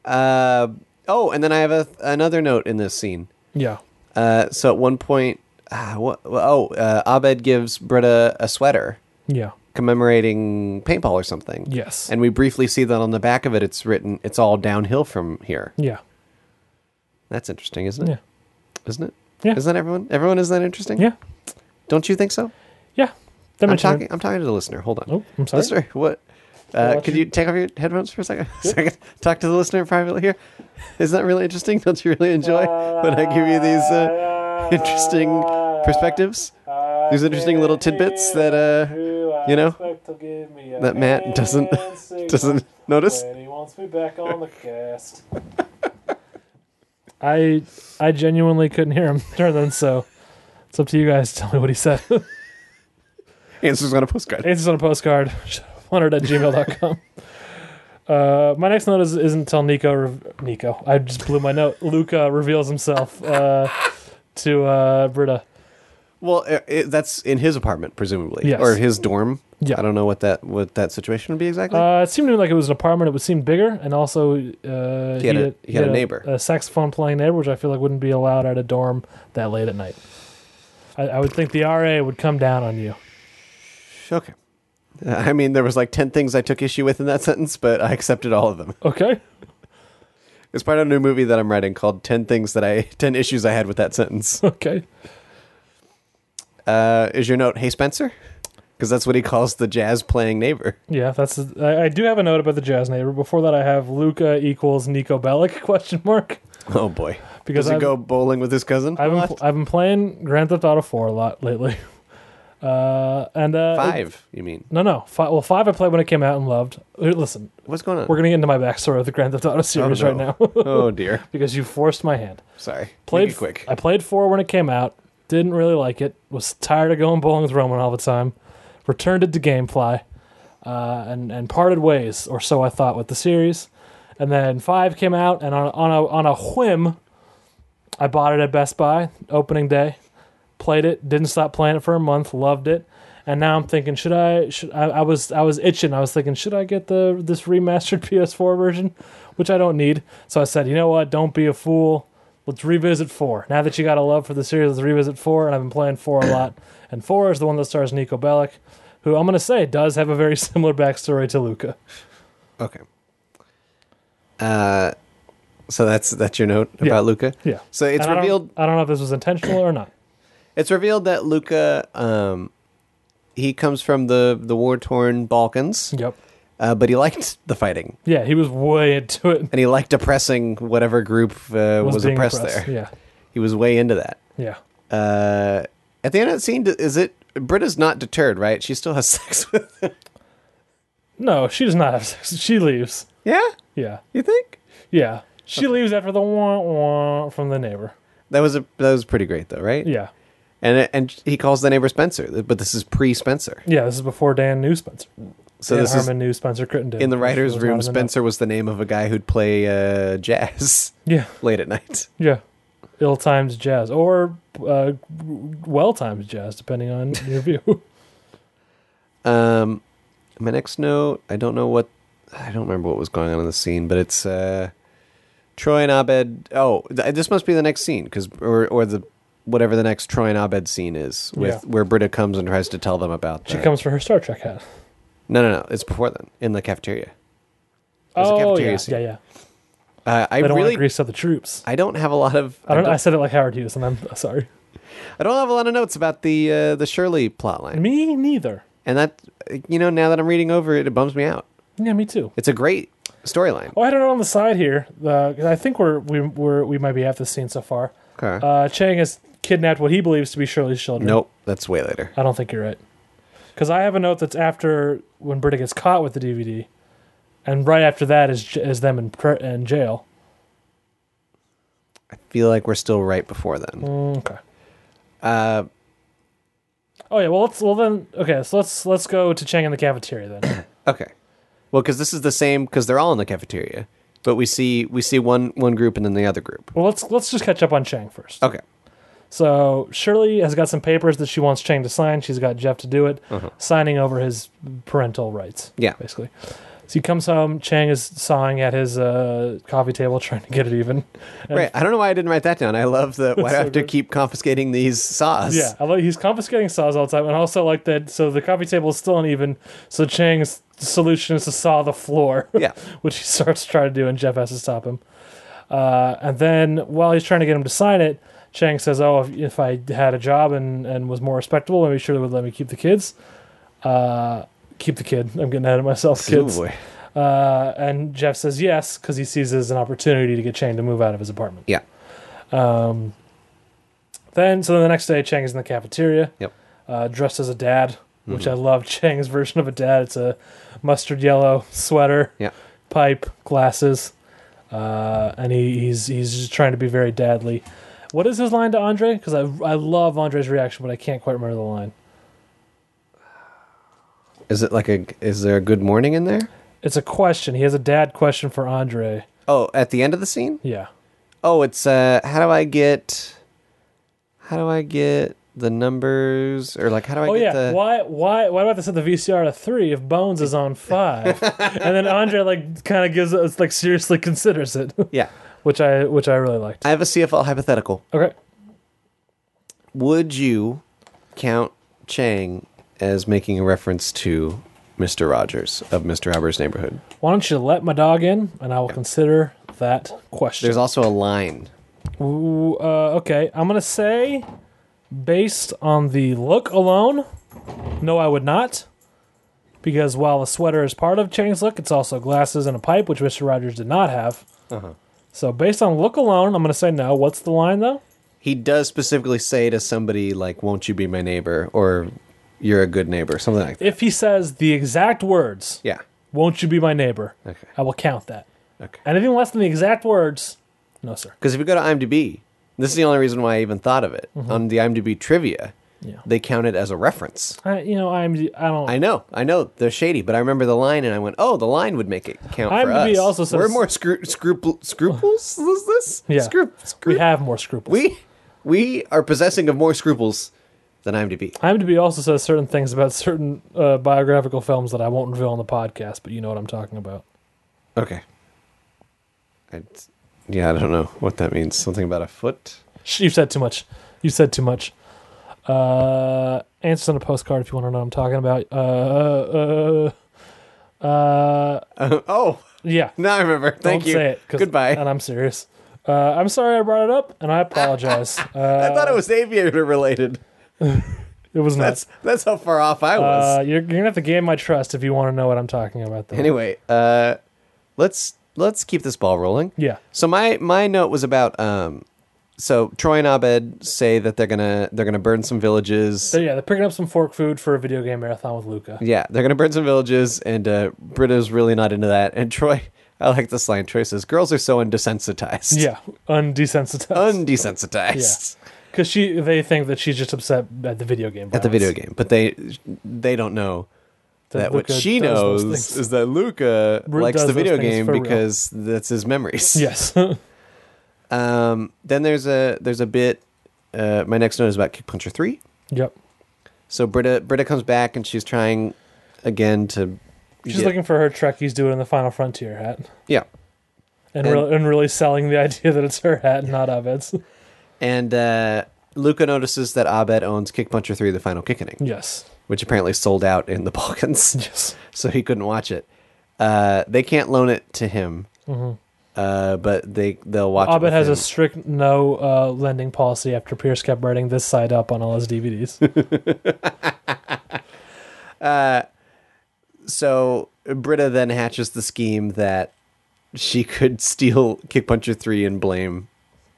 H: Uh, oh, and then I have a, another note in this scene.
I: Yeah.
H: Uh, so at one point, ah, what, oh, uh, Abed gives Britta a sweater
I: Yeah.
H: commemorating paintball or something.
I: Yes.
H: And we briefly see that on the back of it, it's written, it's all downhill from here.
I: Yeah.
H: That's interesting, isn't it?
I: Yeah.
H: Isn't it?
I: Yeah.
H: Isn't that everyone? Everyone, is that interesting?
I: Yeah.
H: Don't you think so?
I: Yeah. That
H: I'm
I: makes sense.
H: talking, I'm talking to the listener. Hold on.
I: Oh, I'm sorry.
H: Listener, what? Uh,
I: watch
H: could
I: you-
H: you take off your headphones for a second? second? Talk to the listener privately here. Is that really interesting? Don't you really enjoy when I give you these uh, interesting perspectives? These interesting little tidbits that uh, you know that Matt doesn't doesn't notice.
I: he wants me back on the cast. I I genuinely couldn't hear him during then, so it's up to you guys to tell me what he said.
H: Answers on a postcard.
I: Answers on a postcard. Wondered at gmail.com. Uh, my next note is, isn't until Nico. Re- Nico. I just blew my note. Luca reveals himself uh, to uh, Britta.
H: Well, i i that's in his apartment, presumably,
I: Yes.
H: or his dorm.
I: Yeah.
H: I don't know what that what that situation would be exactly.
I: Uh, it seemed to me like it was an apartment. It would seem bigger, and also uh,
H: He had a- he had a neighbor.
I: a saxophone playing neighbor, which I feel like wouldn't be allowed at a dorm that late at night. I, I would think the RA would come down on you.
H: okay. Uh, I mean, there was like ten things I took issue with in that sentence, but I accepted all of them.
I: Okay,
H: It's part of a new movie that I'm writing called 10 Things That I 10 Issues I Had with That Sentence.
I: okay.
H: Uh, is your note, "Hey Spencer?" Cuz that's what he calls the jazz playing neighbor.
I: Yeah, that's. I, I do have a note about the jazz neighbor. Before that, I have Luca equals Nico Bellic question mark
H: Oh boy.
I: because
H: Does he
I: I've,
H: go bowling with his cousin?
I: I've been,
H: What?
I: pl- I've been playing Grand Theft Auto Four a lot lately. Uh, and uh, it-
H: 5, you mean.
I: no, no. Five, well, five I played when it came out and loved. Uh, Listen,
H: What's going on?
I: we're gonna get into my backstory of the Grand Theft Auto series right now.
H: oh dear.
I: because you forced my hand.
H: Sorry.
I: Played
H: Make it quick.
I: I played four when it came out. Didn't really like it. Was tired of going bowling with Roman all the time. Returned it to GameFly, uh, and and parted ways, or so I thought, with the series. And then five came out, and on on a on a whim, I bought it at Best Buy opening day. Played it. Didn't stop playing it for a month. Loved it. And now I'm thinking, should I? Should I, I was I was itching. I was thinking, should I get the this remastered PS4 version, which I don't need. So I said, you know what? Don't be a fool. Let's revisit four. Now that you got a love for the series, let's revisit four. And I've been playing four a lot. And four is the one that stars Nico Bellic, who I'm gonna say does have a very similar backstory to Luca.
H: Okay. Uh so that's that's your note about Luca.
I: Yeah.
H: So it's
I: And I don't-
H: revealed
I: I don't know if this was intentional or not.
H: it's revealed that Luca um he comes from the the war-torn Balkans,
I: Yep.
H: uh, but he liked the fighting.
I: Yeah, he was way into it.
H: and he liked oppressing whatever group uh, was,
I: being
H: oppressed
I: oppressed.
H: there.
I: Yeah.
H: He was way into that.
I: Yeah.
H: Uh, at the end of the scene, d- is it Britta's not deterred, right? She still has sex with. Him.
I: No, she does not have sex. She leaves.
H: Yeah,
I: Yeah.
H: you think
I: Yeah. She leaves after the wah wah from the neighbor.
H: that was a that was pretty great though, right?
I: Yeah.
H: and and he calls the neighbor Spencer, but this is pre Spencer.
I: Yeah, this is before Dan knew Spencer.
H: So
I: Dan
H: this
I: Harmon
H: is
I: knew Spencer Crittenden.
H: in the
I: which
H: writers'
I: was
H: room.
I: not in the
H: Spencer was the name of a guy who'd play uh, jazz
I: novel. Yeah.
H: late at night.
I: Yeah. Ill timed jazz or uh, well timed jazz, depending on your view.
H: Um, my next note, I don't know what, I don't remember what was going on in the scene, but it's uh, Troy and Abed. Oh, th- this must be the next scene, because or or the whatever the next Troy and Abed scene is with
I: Yeah.
H: where Britta comes and tries to tell them about.
I: she
H: the-
I: comes for her Star Trek hat.
H: No, no, no. It's before then in the cafeteria. There's a
I: Oh,
H: cafeteria
I: yeah,
H: scene.
I: yeah, yeah.
H: Uh, I
I: They don't want
H: really,
I: to grease up the troops.
H: I don't have a lot of.
I: I don't. I said it like Howard Hughes, and I'm sorry.
H: I don't have a lot of notes about the uh, the Shirley plotline,
I: Me neither.
H: and that you know now that I'm reading over it, it bums me out.
I: Yeah, me too.
H: It's a great storyline.
I: Oh, I don't know on the side here. Uh, I think we're we we're, we might be half the scene so far.
H: Okay.
I: Uh, Chang has kidnapped what he believes to be Shirley's children.
H: nope, that's way later.
I: I don't think you're right. Because I have a note that's after when Britta gets caught with the DVD, and right after that is j- is them in pr- in jail.
H: feel like we're still right before then.
I: Okay. Uh. Oh yeah. Uh, Well, let's. Well then. Okay. So let's let's go to Chang in the cafeteria then.
H: Okay. Well, because this is the same, because they're all in the cafeteria. But we see we see one one group and then the other group.
I: Well, let's let's just catch up on Chang first.
H: Okay.
I: So Shirley has got some papers that she wants Chang to sign. She's got Jeff to do it, signing over his parental rights.
H: Uh-huh. Yeah.
I: basically. So he comes home. Chang is sawing at his uh, coffee table, trying to get it even. And-
H: Right. I don't know why I didn't write that down. I love the why do I
I: so
H: have to
I: good.
H: keep confiscating these saws?
I: Yeah, although he's confiscating saws all the time, and also like that. So the coffee table is still uneven. So Chang's solution is to saw the floor.
H: Yeah.
I: which he starts trying to do, and Jeff has to stop him. Uh, and then while he's trying to get him to sign it, Chang says, "Oh, if, if I had a job and and was more respectable, maybe sure they would let me keep the kids. Uh, keep the kid. I'm getting ahead of myself. Kids.
H: Oh boy.
I: Uh, and Jeff says yes because he sees it as an opportunity to get Chang to move out of his apartment.
H: Yeah.
I: Then, so then the next day, Chang is in the cafeteria.
H: Yep.
I: uh, dressed as a dad, which
H: Mm-hmm.
I: I love Chang's version of a dad. It's a mustard yellow sweater,
H: Yeah.
I: pipe, glasses, uh, and he, he's he's just trying to be very dadly. What is his line to Andre? Because I I love Andre's reaction, but I can't quite remember the line.
H: Is it like a is there a good morning in there?
I: It's a question. He has a dad question for Andre.
H: Oh, at the end of the scene?
I: Yeah,
H: Oh, it's uh how do I get how do I get the numbers or like how do I
I: Oh
H: get
I: yeah,
H: the
I: why why why do I have to set the VCR to three if Bones is on five? and then Andre like kind of gives us like seriously considers it,
H: Yeah.
I: which I which I really liked.
H: I have a CFL hypothetical.
I: Okay,
H: Would you count Chang as making a reference to Mr. Rogers of Mr. Roberts' neighborhood?
I: why don't you let my dog in, and I will consider that question.
H: There's also a line.
I: Ooh, uh, okay, I'm gonna say, based on the look alone, no, I would not, because while the sweater is part of Chang's look, it's also glasses and a pipe, which Mister Rogers did not have.
H: Uh-huh.
I: So based on look alone, I'm gonna say no. What's the line though?
H: He does specifically say to somebody like, "Won't you be my neighbor?" or "You're a good neighbor," something like that.
I: if he says the exact words,
H: Yeah.
I: won't you be my neighbor?
H: Okay.
I: I will count that.
H: Okay.
I: Anything less than the exact words, no, sir.
H: Because if you go to IMDb, this is the only reason why I even thought of it. On the IMDb trivia,
I: Mm-hmm. Yeah.
H: they count it as a reference.
I: I, you know, I'm, I don't.
H: I know, I know, they're shady, but I remember the line, and I went, "Oh, the line would make it count for
I: IMDb
H: us."
I: also says-
H: We're more scru- scruple- scruples. Is this?
I: yeah,
H: Scru- scru-
I: we have more scruples.
H: we we are possessing of more scruples than IMDb.
I: IMDb also says certain things about certain uh, biographical films that I won't reveal on the podcast, but you know what I'm talking about.
H: Okay. I, yeah, I don't know what that means. Something about a foot.
I: Shh, You've said too much. You've said too much. Uh, answers on a postcard if you want to know what I'm talking about. Uh, uh, uh,
H: oh,
I: yeah.
H: now I remember. Thank
I: Don't
H: you.
I: Say it, 'cause-
H: Goodbye.
I: And I'm serious. Uh, I'm sorry I brought it up, and I apologize. Uh,
H: I thought it was aviator related.
I: it was
H: That's
I: nuts.
H: that's how far off I was.
I: Uh, you're, you're gonna have to gain my trust if you want to know what I'm talking about. Though.
H: anyway, uh, let's let's keep this ball rolling.
I: Yeah.
H: So my my note was about um, so Troy and Abed say that they're gonna they're gonna burn some villages.
I: So yeah, they're picking up some fork food for a video game marathon with Luca.
H: Yeah, they're gonna burn some villages, and uh, Britta's really not into that. And Troy, I like this line. Troy says, "Girls are so undesensitized."
I: Yeah, undesensitized.
H: undesensitized
I: Because she, they think that she's just upset at the video game.
H: at the video
I: violence.
H: game, but they they don't know that, what
I: Luca
H: she
I: does those
H: knows
I: things.
H: is that Luca
I: Ru-
H: likes
I: does
H: the
I: those
H: video
I: things
H: game
I: for real.
H: because that's his memories.
I: Yes.
H: Um, then there's a there's a bit. Uh, my next note is about Kickpuncher three.
I: yep.
H: So Britta Britta comes back and she's trying again to.
I: She's
H: get-
I: looking for her Trekkies doing in the Final Frontier hat,
H: Yeah,
I: and,
H: And-
I: re- and really selling the idea that it's her hat, and not Abed's.
H: and uh, Luca notices that Abed owns Kickpuncher three, the final kickening,
I: yes.
H: which apparently sold out in the Balkans.
I: Yes.
H: so he couldn't watch it. Uh, they can't loan it to him, uh, but they they'll watch. it
I: Mm-hmm. Abed
H: with
I: has
H: him.
I: a strict no uh, lending policy after Pierce kept writing this side up on all his DVDs.
H: so Britta then hatches the scheme that she could steal Kick Puncher three and blame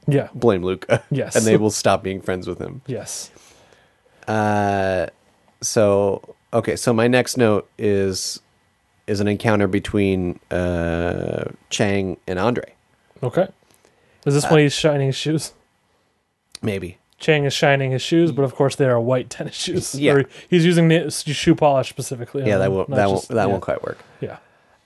I: yeah.
H: blame Luca.
I: Yes.
H: and they will stop being friends with him.
I: Yes.
H: So okay, so my next note is is an encounter between uh, Chang and Andre.
I: Okay. Is
H: Uh,
I: this when he's shining his shoes?
H: Maybe
I: Chang is shining his shoes, but of course they are white tennis shoes.
H: Yeah.
I: Or he's using the s- shoe polish specifically.
H: yeah,
I: on
H: that
I: them,
H: won't
I: not
H: that
I: just-
H: won't that
I: yeah.
H: won't quite work.
I: Yeah.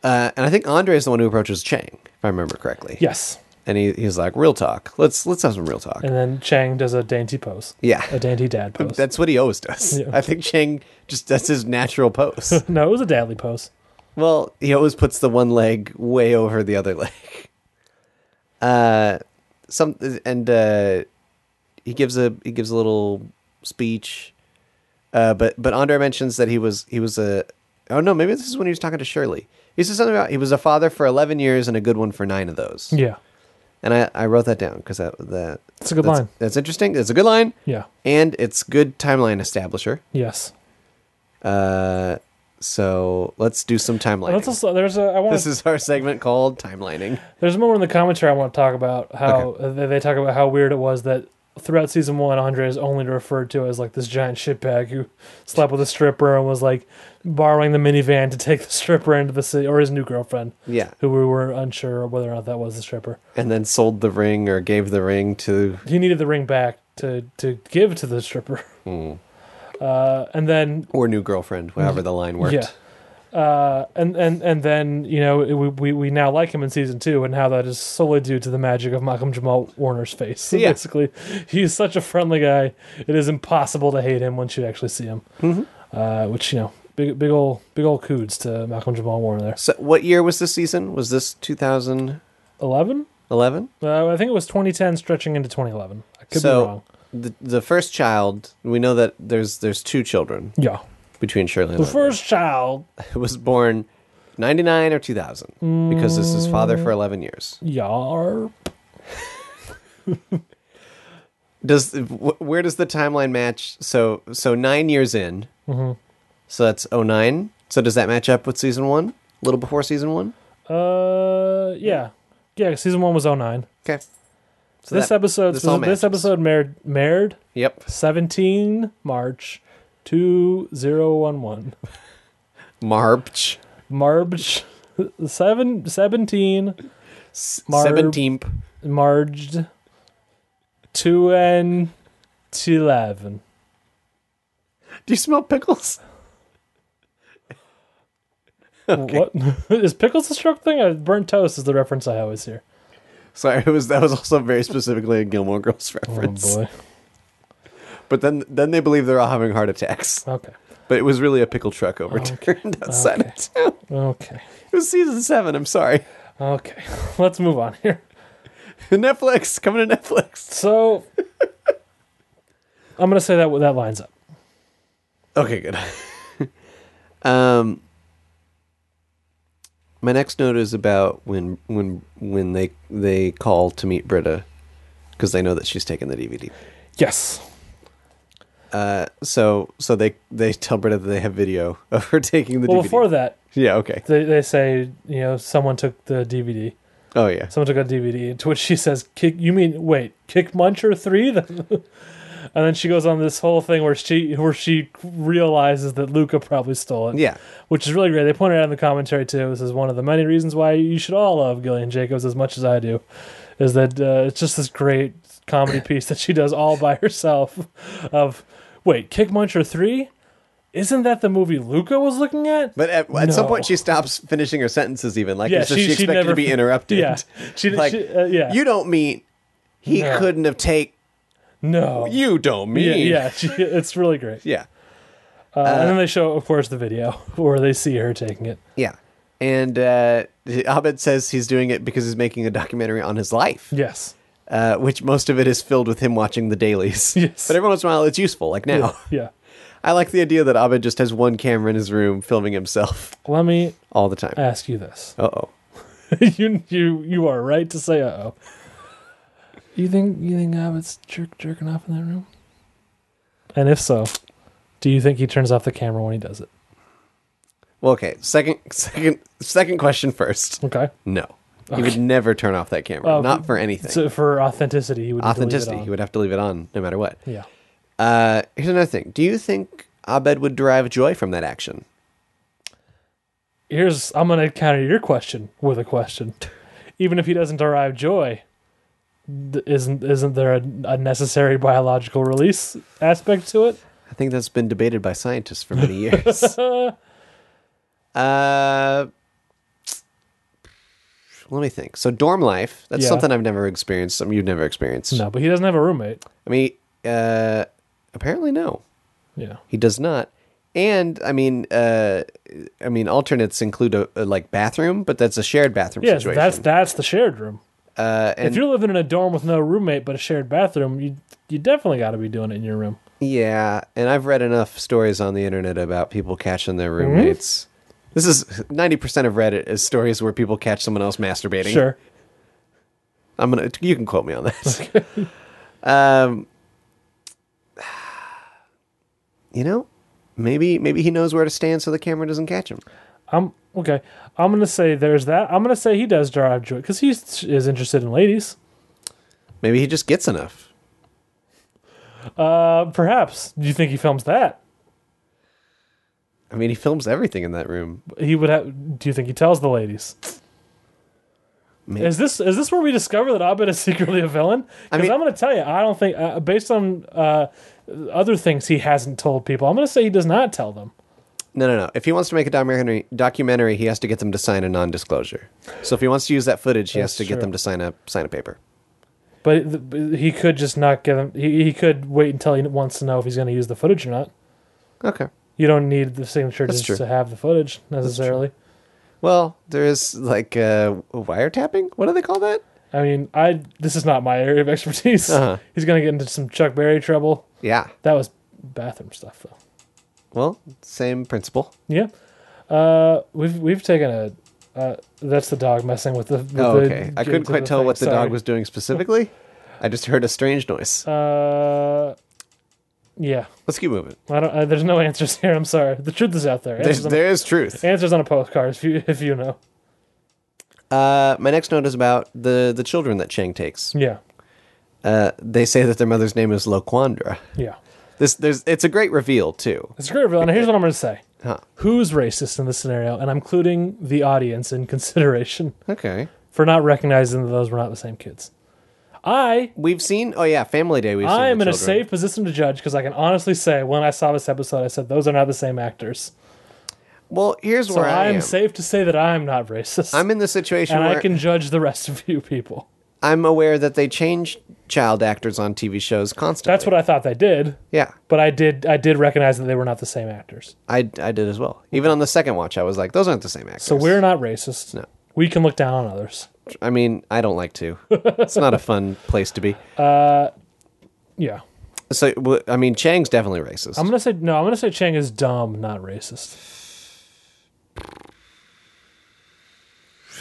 H: Uh, and I think Andre is the one who approaches Chang if I remember correctly.
I: Yes.
H: And he, he's like, real talk. Let's let's have some real talk.
I: And then Chang does a dainty pose.
H: Yeah.
I: A dainty dad pose.
H: That's what he always does.
I: Yeah.
H: I think Chang just that's his natural pose.
I: no, it was a dadly pose.
H: well, he always puts the one leg way over the other leg. Uh, some and uh, he gives a he gives a little speech. Uh, but but Andre mentions that he was he was a oh no maybe this is when he was talking to Shirley. He says something about he was a father for eleven years and a good one for nine of those.
I: Yeah.
H: And I, I wrote that down because that that
I: It's a good
H: that's,
I: line.
H: That's interesting. It's a good line.
I: Yeah.
H: And it's good timeline establisher.
I: Yes.
H: Uh, so let's do some
I: And
H: timelining.
I: Let's also, there's a I want
H: This is our segment called timelining.
I: there's a moment in the commentary I want to talk about how
H: Okay.
I: uh, they they talk about how weird it was that throughout season one Andre is only referred to as like this giant shitbag who slept with a stripper and was like borrowing the minivan to take the stripper into the city or his new girlfriend.
H: Yeah.
I: Who we were unsure whether or not that was the stripper.
H: And then sold the ring or gave the ring to
I: He needed the ring back to to give to the stripper.
H: Hmm.
I: Uh, and then
H: or new girlfriend, however the line worked.
I: Mm-hmm. Yeah. Uh, and, and and then you know we, we we now like him in season two, and how that is solely due to the magic of Malcolm Jamal Warner's face. So
H: Yeah.
I: Basically, he's such a friendly guy; it is impossible to hate him once you actually see him.
H: Mm-hmm.
I: Uh, which you know, big big old big old coods to Malcolm Jamal Warner there.
H: So what year was this season? Was this 2011?
I: Eleven? Uh, I think it was 2010, stretching into 2011. I could be wrong.
H: So the the first child, we know that there's there's two children
I: Yeah,
H: between Shirley and
I: the
H: Leonard.
I: first child.
H: was born 99 or 2000 because this is father for 11 years
I: Yar.
H: does wh- where does the timeline match so so nine years in
I: Mm-hmm.
H: so that's 09 so does that match up with season one a little before season one
I: Uh, yeah, yeah. Season one was 09.
H: okay so
I: This
H: that-
I: episode,
H: this
I: this,
H: all matches.
I: episode, married, married
H: yep
I: 17 March 2011.
H: march
I: March seven, 17 Marb.
H: 17th
I: Marged 2 and 11.
H: do you smell pickles
I: What is pickles a stroke thing? Uh, Burnt toast is the reference I always hear.
H: sorry it was that was also very specifically a gilmore girls
I: Oh
H: reference
I: boy.
H: but then then they believe they're all having heart attacks
I: Okay.
H: but it was really a pickle truck overturned outside of town
I: Okay.
H: it was season seven i'm sorry
I: Okay. Let's move on here.
H: Netflix coming to Netflix.
I: So I'm going to say that that lines up.
H: Okay, good. um, my next note is about when when when they they call to meet Britta because they know that she's taking the DVD.
I: Yes.
H: So so they they tell Britta that they have video of her taking the
I: Well,
H: DVD.
I: before that,
H: yeah, okay.
I: they, they say, you know, someone took the DVD.
H: Oh yeah,
I: Someone took a DVD, to which she says, "Kick." You mean wait, Kick Muncher three? and then she goes on this whole thing where she where she realizes that Luca probably stole it.
H: Yeah.
I: which is really great. They pointed out in the commentary too. This is one of the many reasons why you should all love Gillian Jacobs as much as I do, is that uh, it's just this great comedy piece that she does all by herself. Of wait, Kick Muncher three. Isn't that the movie Luca was looking at?
H: but at, at some
I: No.
H: point she stops finishing her sentences. Even like
I: Yeah,
H: it's just
I: she-
H: she,
I: she
H: expected
I: never-
H: to be interrupted.
I: Yeah. She-
H: like
I: she- uh, yeah.
H: you don't mean he
I: No.
H: couldn't have take.
I: no.
H: You don't mean
I: yeah, yeah, she, it's really great.
H: yeah.
I: Uh, and then they show, of course, the video where they see her taking it.
H: Yeah. And uh, Abed says he's doing it because he's making a documentary on his life,
I: Yes.
H: uh, which most of it is filled with him watching the dailies.
I: Yes.
H: But every once in a while, it's useful, like now.
I: Yeah.
H: I like the idea that Abed just has one camera in his room filming himself
I: Let me
H: all the time.
I: ask you this.
H: Uh oh.
I: you you you are right to say uh oh. You think you think Abbott's jerk jerking off in that room? And if so, do you think he turns off the camera when he does it?
H: Well, okay. Second, second, second question first.
I: Okay.
H: No. He would never turn off that camera,
I: Uh,
H: not for anything.
I: So for authenticity, he would
H: Authenticity. He
I: Would...
H: would have to leave it on no matter what.
I: Yeah.
H: Uh, here's another thing. Do you think Abed would derive joy from that action?
I: Here's I'm gonna counter your question with a question. Even if he doesn't derive joy, th- isn't isn't there a, a necessary biological release aspect to it?
H: I think that's been debated by scientists for many years. uh, life. Let me think. So dorm life. That's
I: Yeah.
H: something I've never experienced. Something you've never experienced.
I: No, but he doesn't have a roommate.
H: I mean, uh, apparently no.
I: Yeah.
H: He does not. And I mean, uh, I mean, alternates include a, a like bathroom, but that's a shared bathroom
I: Yeah,
H: situation.
I: that's that's the shared room.
H: Uh, and
I: if you're living in a dorm with no roommate but a shared bathroom, you you definitely got to be doing it in your room.
H: yeah, and I've read enough stories on the internet about people catching their
I: Mm-hmm.
H: roommates. This is ninety percent of Reddit is stories where people catch someone else masturbating.
I: Sure.
H: I'm gonna. You can quote me on that. um, you know, maybe maybe he knows where to stand so the camera doesn't catch him.
I: I'm okay. I'm gonna say there's that. I'm gonna say he does drive joy because he is interested in ladies.
H: Maybe he just gets enough.
I: Uh, perhaps. Do you think he films that?
H: I mean, he films everything in that room.
I: He would have. Do you think he tells the ladies?
H: Maybe.
I: Is this is this where we discover that Abed is secretly a villain?
H: I
I: Because
H: mean-
I: I'm going to tell you, I don't think uh, based on uh, other things he hasn't told people, I'm going to say he does not tell them.
H: No, no, no. If he wants to make a documentary, documentary, he has to get them to sign a non-disclosure. So if he wants to use that footage, he has
I: That's
H: to get
I: true.
H: them to sign a sign a paper.
I: But th- but he could just not give them. He, he could wait until he wants to know if he's going to use the footage or not.
H: Okay.
I: You don't need the signature
H: That's
I: just
H: true.
I: to have the footage necessarily.
H: Well, there is like uh, wiretapping. What do they call that?
I: I mean, I this is not my area of expertise.
H: Uh-huh.
I: He's going to get into some Chuck Berry trouble.
H: Yeah.
I: That was bathroom stuff though.
H: Well, same principle.
I: Yeah. Uh, we've we've taken a. Uh, that's the dog messing with the. With
H: Oh,
I: the-
H: okay. I couldn't
I: to
H: quite
I: the
H: tell
I: thing.
H: what the
I: Sorry.
H: dog was doing specifically. I just heard a strange noise.
I: Uh, yeah.
H: Let's keep moving.
I: I don't. Uh, there's no answers here. I'm sorry. The truth is out there.
H: There's,
I: Answers, on,
H: there is truth.
I: answers on a postcard. If you if you know.
H: Uh, my next note is about the the children that Chang takes.
I: Yeah.
H: Uh, they say that their mother's name is Loquandra.
I: Yeah.
H: This there's it's a great reveal too.
I: It's a great villain. Here's what I'm going to say.
H: Huh.
I: Who's racist in this scenario? And I'm including the audience in consideration
H: Okay.
I: for not recognizing that those were not the same kids. I
H: We've seen. Oh yeah, Family Day. We've.
I: I
H: seen
I: am
H: the
I: in a
H: children.
I: safe position to judge because I can honestly say when I saw this episode, I said those are not the same actors.
H: Well, here's
I: So
H: where I,
I: I am
H: am.
I: safe to say that I'm not racist.
H: I'm in the situation
I: and
H: where
I: I can judge the rest of you people.
H: I'm aware that they change child actors on TV shows constantly.
I: That's what I thought they did,
H: Yeah,
I: but I did I did recognize that they were not the same actors.
H: I I did as well. Even on the second watch, I was like, those aren't the same actors.
I: So we're not racist.
H: No.
I: We can look down on others.
H: I mean, I don't like to. It's not a fun place to be.
I: Yeah.
H: So w- I mean, Chang's definitely racist.
I: I'm gonna say no, I'm gonna say Chang is dumb, not racist.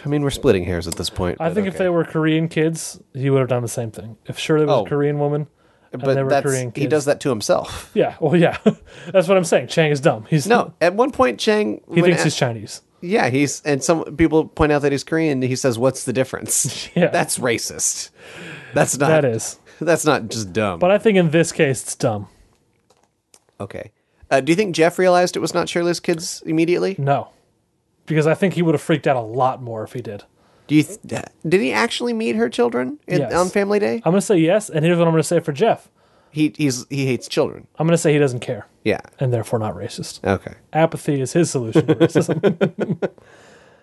H: I mean, we're splitting hairs at this point.
I: I
H: but
I: think if
H: okay.
I: they were Korean kids, he would have done the same thing. If Shirley was
H: Oh.
I: a Korean woman,
H: but
I: they were
H: that's
I: Korean
H: he
I: kids.
H: does that to himself.
I: yeah, well yeah. That's what I'm saying. Chang is dumb. He's
H: No, at one point, Chang.
I: he thinks he's Chinese.
H: Yeah, he's and some people point out that he's Korean. and He says, "What's the difference?"
I: Yeah.
H: that's racist. That's not.
I: That is.
H: That's not just dumb.
I: But I think in this case it's dumb.
H: okay. Uh, do you think Jeff realized it was not Shirley's kids immediately?
I: No. Because I think he would have freaked out a lot more if he did.
H: Do you? Th- uh, did he actually meet her children in,
I: Yes.
H: on Family Day?
I: I'm gonna say yes, and here's what I'm gonna say for Jeff.
H: He he's he hates children.
I: I'm gonna say he doesn't care,
H: Yeah.
I: and therefore not racist.
H: Okay.
I: Apathy is his solution to racism. huh.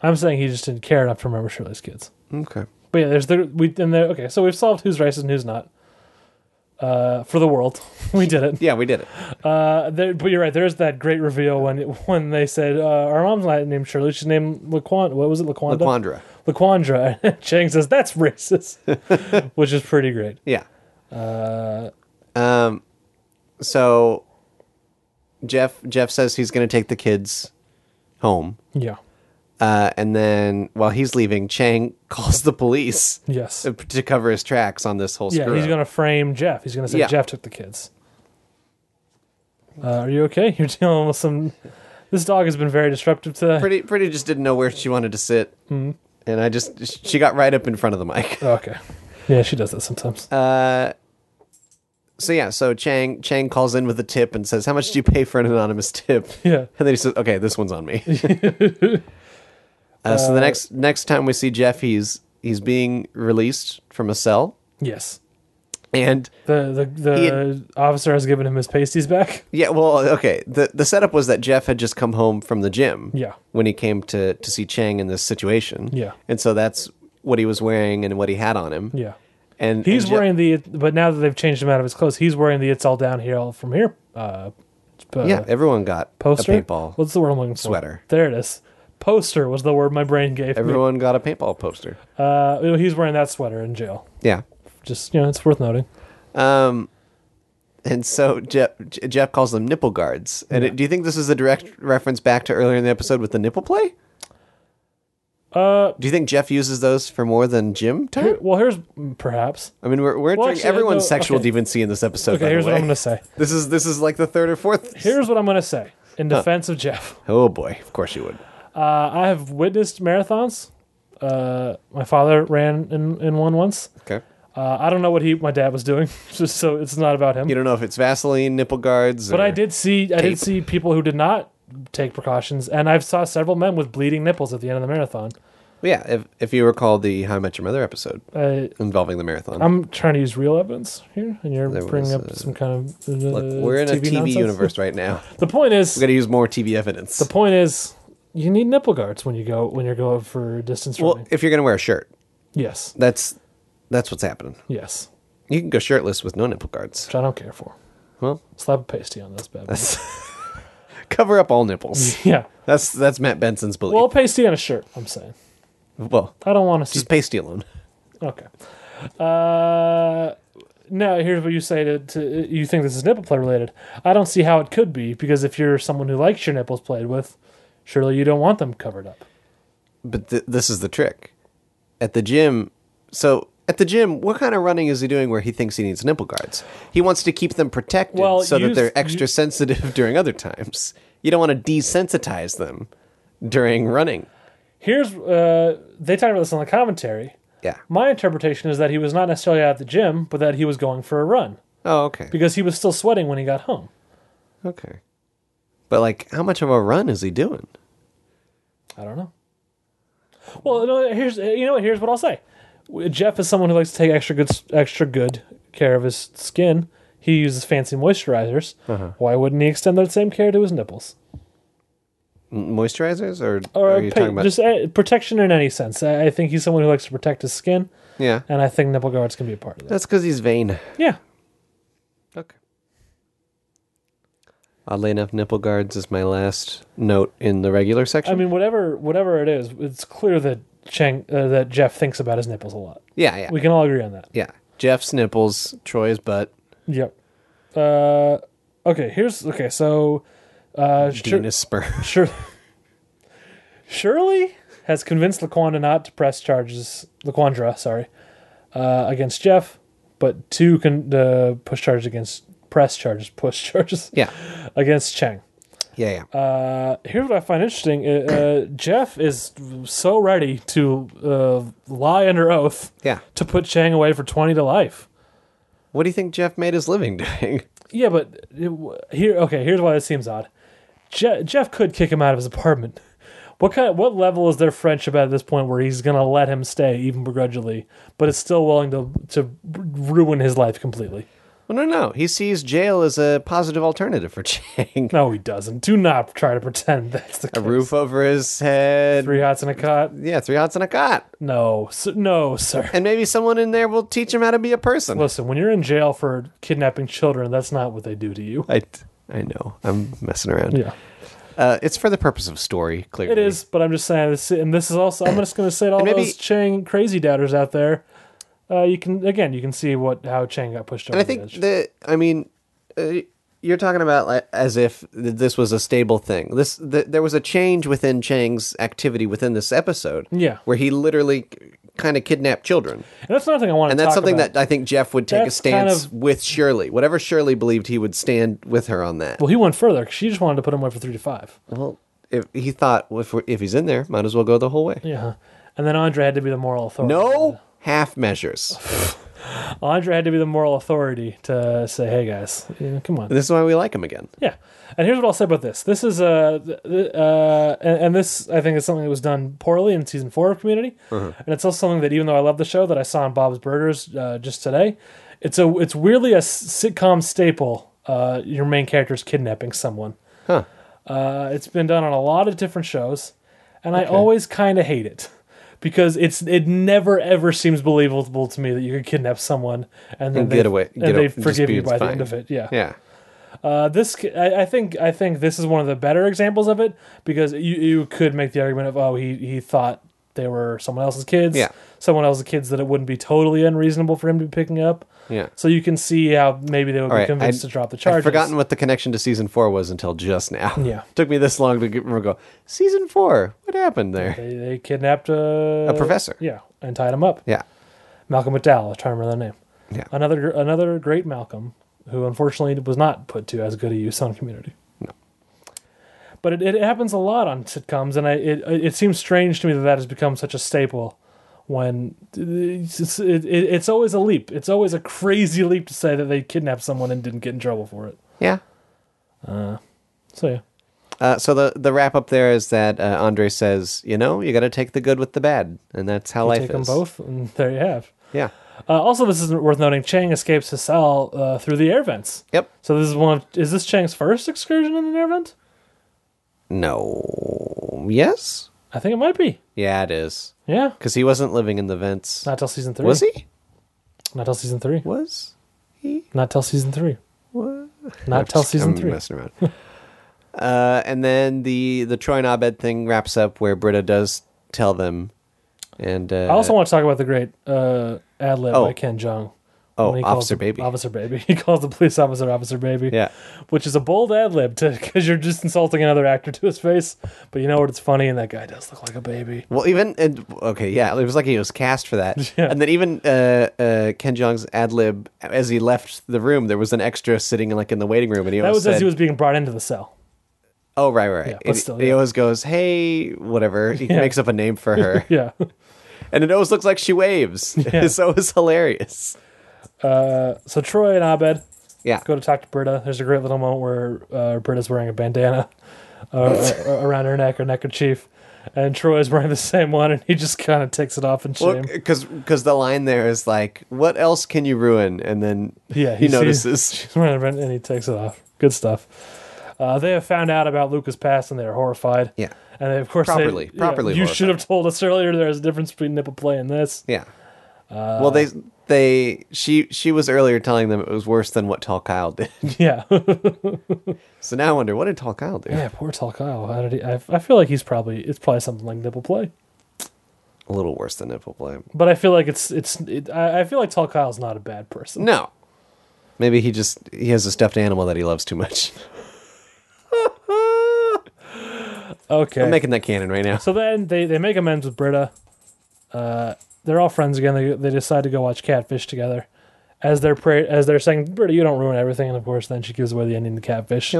I: I'm saying he just didn't care enough to remember Shirley's kids.
H: Okay.
I: But yeah, there's the we and there. Okay, so we've solved who's racist and who's not. Uh, for the world, we did it.
H: Yeah, we did it.
I: Uh, there, but you're right. There's that great reveal when when they said uh, our mom's not named Shirley. She's named Laquan. What was it? Laquanda.
H: Laquandra.
I: Laquandra. And Chang says that's racist, which is pretty great.
H: Yeah. Uh, um, so Jeff Jeff says he's going to take the kids home,
I: Yeah.
H: uh, and then while he's leaving, Chang calls the police
I: Yes.
H: to, to cover his tracks on this whole.
I: Yeah,
H: screw
I: he's
H: up.
I: going to frame Jeff. He's going to say
H: Yeah.
I: Jeff took the kids. Uh, are you okay? You're dealing with some. This dog has been very disruptive today.
H: Pretty pretty just didn't know where she wanted to sit,
I: Mm-hmm.
H: and I just she got right up in front of the mic.
I: Oh, okay. Yeah, she does that sometimes.
H: Uh, So yeah, so Chang Chang calls in with a tip and says, "How much do you pay for an anonymous tip?"
I: yeah.
H: And then he says, "Okay, this one's on me." uh, so the next next time we see Jeff, he's he's being released from a cell,
I: Yes.
H: And
I: The the, the
H: Ian-
I: officer has given him his pasties back.
H: yeah, well, okay. The the setup was that Jeff had just come home from the gym.
I: Yeah.
H: When he came to to see Chang in this situation.
I: Yeah.
H: And so that's what he was wearing and what he had on him.
I: Yeah,
H: And
I: he's
H: and Je-
I: wearing the. But now that they've changed him out of his clothes, he's wearing the "It's all down here, all from here." Uh, uh,
H: Yeah, everyone got
I: poster.
H: a paintball.
I: What's the word I'm looking for?
H: sweater.
I: There it is. Poster was the word my brain gave me.
H: everyone got a paintball poster.
I: Uh, you know, he's wearing that sweater in jail.
H: Yeah. Um,
I: Just you know, it's worth noting.
H: And so Jeff J- Jeff calls them nipple guards. And it, do you think this is a direct reference back to earlier in the episode with the nipple play? Uh, do you think Jeff uses those for more than gym time?
I: Here- well, here's mm, perhaps.
H: I mean, we're, we're entering
I: Well, actually,
H: everyone's
I: no,
H: sexual
I: okay.
H: deviancy in this episode. by
I: Okay,
H: the
I: here's what
H: way.
I: I'm gonna say.
H: This is this is like the third or fourth.
I: Here's what I'm gonna say in defense of Jeff.
H: Oh boy, of course you would.
I: Uh, I have witnessed marathons. Uh, my father ran in, in one once.
H: Okay.
I: Uh, I don't know what he my dad was doing, just so it's not about him.
H: You don't know if it's Vaseline, nipple guards.
I: But
H: or-
I: I did see I
H: Tape.
I: did see people who did not take precautions, and I've saw several men with bleeding nipples at the end of the marathon.
H: Yeah, if, if you recall the How I Met Your Mother episode
I: Uh,
H: involving the marathon.
I: I'm trying to use real evidence here, and you're
H: There
I: bringing
H: was,
I: up
H: uh,
I: some kind of uh,
H: Look, we're in a TV
I: nonsense.
H: universe right now.
I: The point is,
H: We're going to use more TV evidence.
I: the point is, you need nipple guards when you go when you're going for distance
H: well,
I: running.
H: if you're going to wear a shirt,
I: Yes,
H: that's that's what's happening.
I: yes,
H: You can go shirtless with no nipple guards.
I: which I don't care for.
H: Well,
I: Slap a pasty on this bad boy.
H: cover up all nipples.
I: yeah.
H: That's that's Matt Benson's belief.
I: Well,
H: Well,
I: pasty on a shirt. I'm saying. I don't want to see
H: just pasty alone.
I: Okay. Uh, now here's what you say to, to you think this is nipple play related. I don't see how it could be because if you're someone who likes your nipples played with, surely you don't want them covered up.
H: But th- this is the trick. At the gym, so at the gym, what kind of running is he doing where he thinks he needs nipple guards? He wants to keep them protected
I: Well,
H: so that
I: use-
H: they're extra sensitive during other times. You don't want to desensitize them during running.
I: Here's uh, they talked about this on the commentary.
H: Yeah.
I: My interpretation is that he was not necessarily out at the gym, but that he was going for a run
H: Oh, okay.
I: because he was still sweating when he got home.
H: Okay. But like how much of a run is he doing?
I: I don't know. Well, no, here's you know what here's what I'll say. Jeff is someone who likes to take extra good extra good care of his skin. He uses fancy moisturizers.
H: Uh-huh.
I: Why wouldn't he extend that same care to his nipples
H: Moisturizers or,
I: or
H: are you
I: pa-
H: talking about
I: just uh, protection in any sense? I, I think he's someone who likes to protect his skin,
H: Yeah.
I: and I think nipple guards can be a part of that.
H: That's cuz he's vain.
I: Yeah,
H: Okay. Oddly enough, nipple guards is my last note in the regular section.
I: I mean whatever whatever it is, it's clear that Chang uh, that Jeff thinks about his nipples a lot.
H: yeah, yeah.
I: We can all agree on that.
H: yeah. Jeff's nipples, Troy's butt,
I: Yep. Uh, okay. Here's okay. So. Uh, sure-
H: Dina's sperm.
I: Sure. Shirley has convinced Laquanda not to press charges. Laquandra, sorry, uh, against Jeff, but to con- uh, push charges against press charges, push charges
H: yeah.
I: against Chang.
H: Yeah, yeah.
I: Uh, here's what I find interesting: uh, uh, Jeff is so ready to uh, lie under oath
H: yeah.
I: to put Chang away for twenty to life.
H: What do you think Jeff made his living doing?
I: Yeah, but it, w- here, okay, here's why this seems odd. Je- Jeff could kick him out of his apartment. What kind? what level is their friendship at this point where he's gonna let him stay, even begrudgingly, but is still willing to to ruin his life completely?
H: Well, no, no. He sees jail as a positive alternative for Chang.
I: No, he doesn't. Do not try to pretend that's the
H: A
I: case.
H: roof over his head.
I: Three hots and a cot.
H: Yeah, three hots and a cot.
I: No, s no, sir.
H: And maybe someone in there will teach him how to be a person.
I: Listen, when you're in jail for kidnapping children, that's not what they do to you.
H: I, I know. I'm messing around.
I: Yeah,
H: Uh, it's for the purpose of story, clearly.
I: it is. But I'm just saying this, and this is also. I'm just gonna say to all
H: And maybe-
I: those Chang crazy doubters out there. Uh, you can again, you can see what how Chang got pushed over
H: And I
I: the
H: think
I: edge.
H: that I mean, uh, you're talking about like, as if th- this was a stable thing. This th- there was a change within Chang's activity within this episode.
I: Yeah.
H: where he literally kind of kidnapped children,
I: And that's another thing I want to
H: and that's something that I think Jeff would take a
I: That's kind
H: stance
I: of-
H: with Shirley. Whatever Shirley believed, he would stand with her on that.
I: well, he went further. 'cause She just wanted to put him away for three to five.
H: Well, if he thought well, if we- if he's in there, might as well go the whole way.
I: Yeah, and then Andre had to be the moral authority.
H: No half measures.
I: Andre had to be the moral authority to say, "Hey guys, you know, come on."
H: This is why we like him again.
I: Yeah, and here's what I'll say about this. This is uh, th- th- uh, and, and this I think is something that was done poorly in season four of Community,
H: Uh-huh.
I: and it's also something that even though I love the show, that I saw in Bob's Burgers uh, just today. It's a it's weirdly a s- sitcom staple. Uh, your main character's kidnapping someone.
H: Huh.
I: Uh, it's been done on a lot of different shows, and I always kind of hate it because it's it never ever seems believable to me that you could kidnap someone and then
H: And
I: they,
H: get away- get
I: and they
H: o- just
I: forgive
H: be
I: you by the
H: fine.
I: end of it.
H: Yeah.
I: Uh, this I, I think I think this is one of the better examples of it because you, you could make the argument of oh he he thought they were someone else's kids
H: Yeah.
I: someone else's kids that it wouldn't be totally unreasonable for him to be picking up
H: Yeah.
I: so you can see how maybe they would
H: All
I: be
H: right.
I: convinced
H: I'd-
I: to drop the
H: I'd
I: charges
H: forgotten what the connection to season four was until just now.
I: Yeah.
H: Took me this long to get, remember go, season four, what happened there?
I: they, they kidnapped a,
H: A professor.
I: yeah and tied him up
H: Yeah.
I: Malcolm McDowell I'm trying to remember their name
H: Yeah.
I: another another great Malcolm who unfortunately was not put to as good a use on Community.
H: No.
I: But it, it happens a lot on sitcoms, and I, it it seems strange to me that that has become such a staple. When it's, it, it, it's always a leap, it's always a crazy leap to say that they kidnapped someone and didn't get in trouble for it.
H: Yeah.
I: So yeah,
H: Uh, so the the wrap up there is that uh, Andre says, you know, you got to take the good with the bad, and that's how
I: you
H: life
I: take
H: is.
I: them both, and there you have.
H: Yeah.
I: Uh, also, this is worth noting: Chang escapes his cell uh, through the air vents.
H: Yep.
I: So this is one. Of, is this Chang's first excursion in an air vent?
H: No. Yes.
I: I think it might be.
H: Yeah, it is.
I: Yeah,
H: Because he wasn't living in the vents.
I: Not till season three.
H: was he?
I: Not till season three.
H: Was
I: Not till season three. Not till season
H: I'm
I: three.
H: messing around. uh, and then the the Troy and Abed thing wraps up where Britta does tell them, and uh,
I: I also want to talk about the great uh, ad lib
H: Oh.
I: by Ken Jong.
H: Oh,
I: When he calls
H: Officer
I: the-
H: Baby.
I: Officer Baby. He calls the police officer Officer Baby.
H: Yeah.
I: Which is a bold ad lib to because you're just insulting another actor to his face. But you know what? It's funny, and that guy does look like a baby.
H: Well, even and okay, yeah, it was like he was cast for that. And then even uh, uh, Ken Jong's ad lib as he left the room, there was an extra sitting like in the waiting room, and he
I: That
H: always
I: was
H: said,
I: as he was being brought into the cell.
H: "Oh, right, right." right.
I: Yeah, but
H: And
I: still,
H: he
I: yeah.
H: always goes, "Hey, whatever." He makes up a name for her,
I: Yeah.
H: and it always looks like she waves. it's always hilarious.
I: So Troy and Abed
H: Yeah,
I: go to talk to Britta. There's a great little moment where uh, Britta's wearing a bandana uh, uh, around her neck or neckerchief, and Troy's wearing the same one, and he just kind of takes it off in shame.
H: because the line there is like, "What else can you ruin?" And then
I: Yeah,
H: he
I: he sees-
H: notices.
I: She's wearing a band- and he takes it off. Good stuff. Uh, they have found out about Lucas Pass, and they are horrified.
H: Yeah.
I: and they, of course, they-
H: Properly-
I: yeah,
H: properly
I: you should have told us earlier. There's a difference between nipple play and this.
H: Yeah.
I: Uh,
H: well, they they she she was earlier telling them it was worse than what Tall Kyle did.
I: Yeah,
H: So now I wonder what did Tall Kyle do?
I: yeah. Poor Tal Kyle. How did he, I, I feel like he's probably it's probably something like nipple play,
H: A little worse than nipple play.
I: but I feel like it's it's. It, I, I feel like Tal Kyle's not a bad person.
H: No. Maybe he just he has a stuffed animal that he loves too much.
I: Okay.
H: I'm making that canon right now.
I: so then they, they make amends with Britta. Uh, they're all friends again. They, they decide to go watch Catfish together. As they're pra- as they're saying, Britta, you don't ruin everything, and of course, then she gives away the ending to Catfish,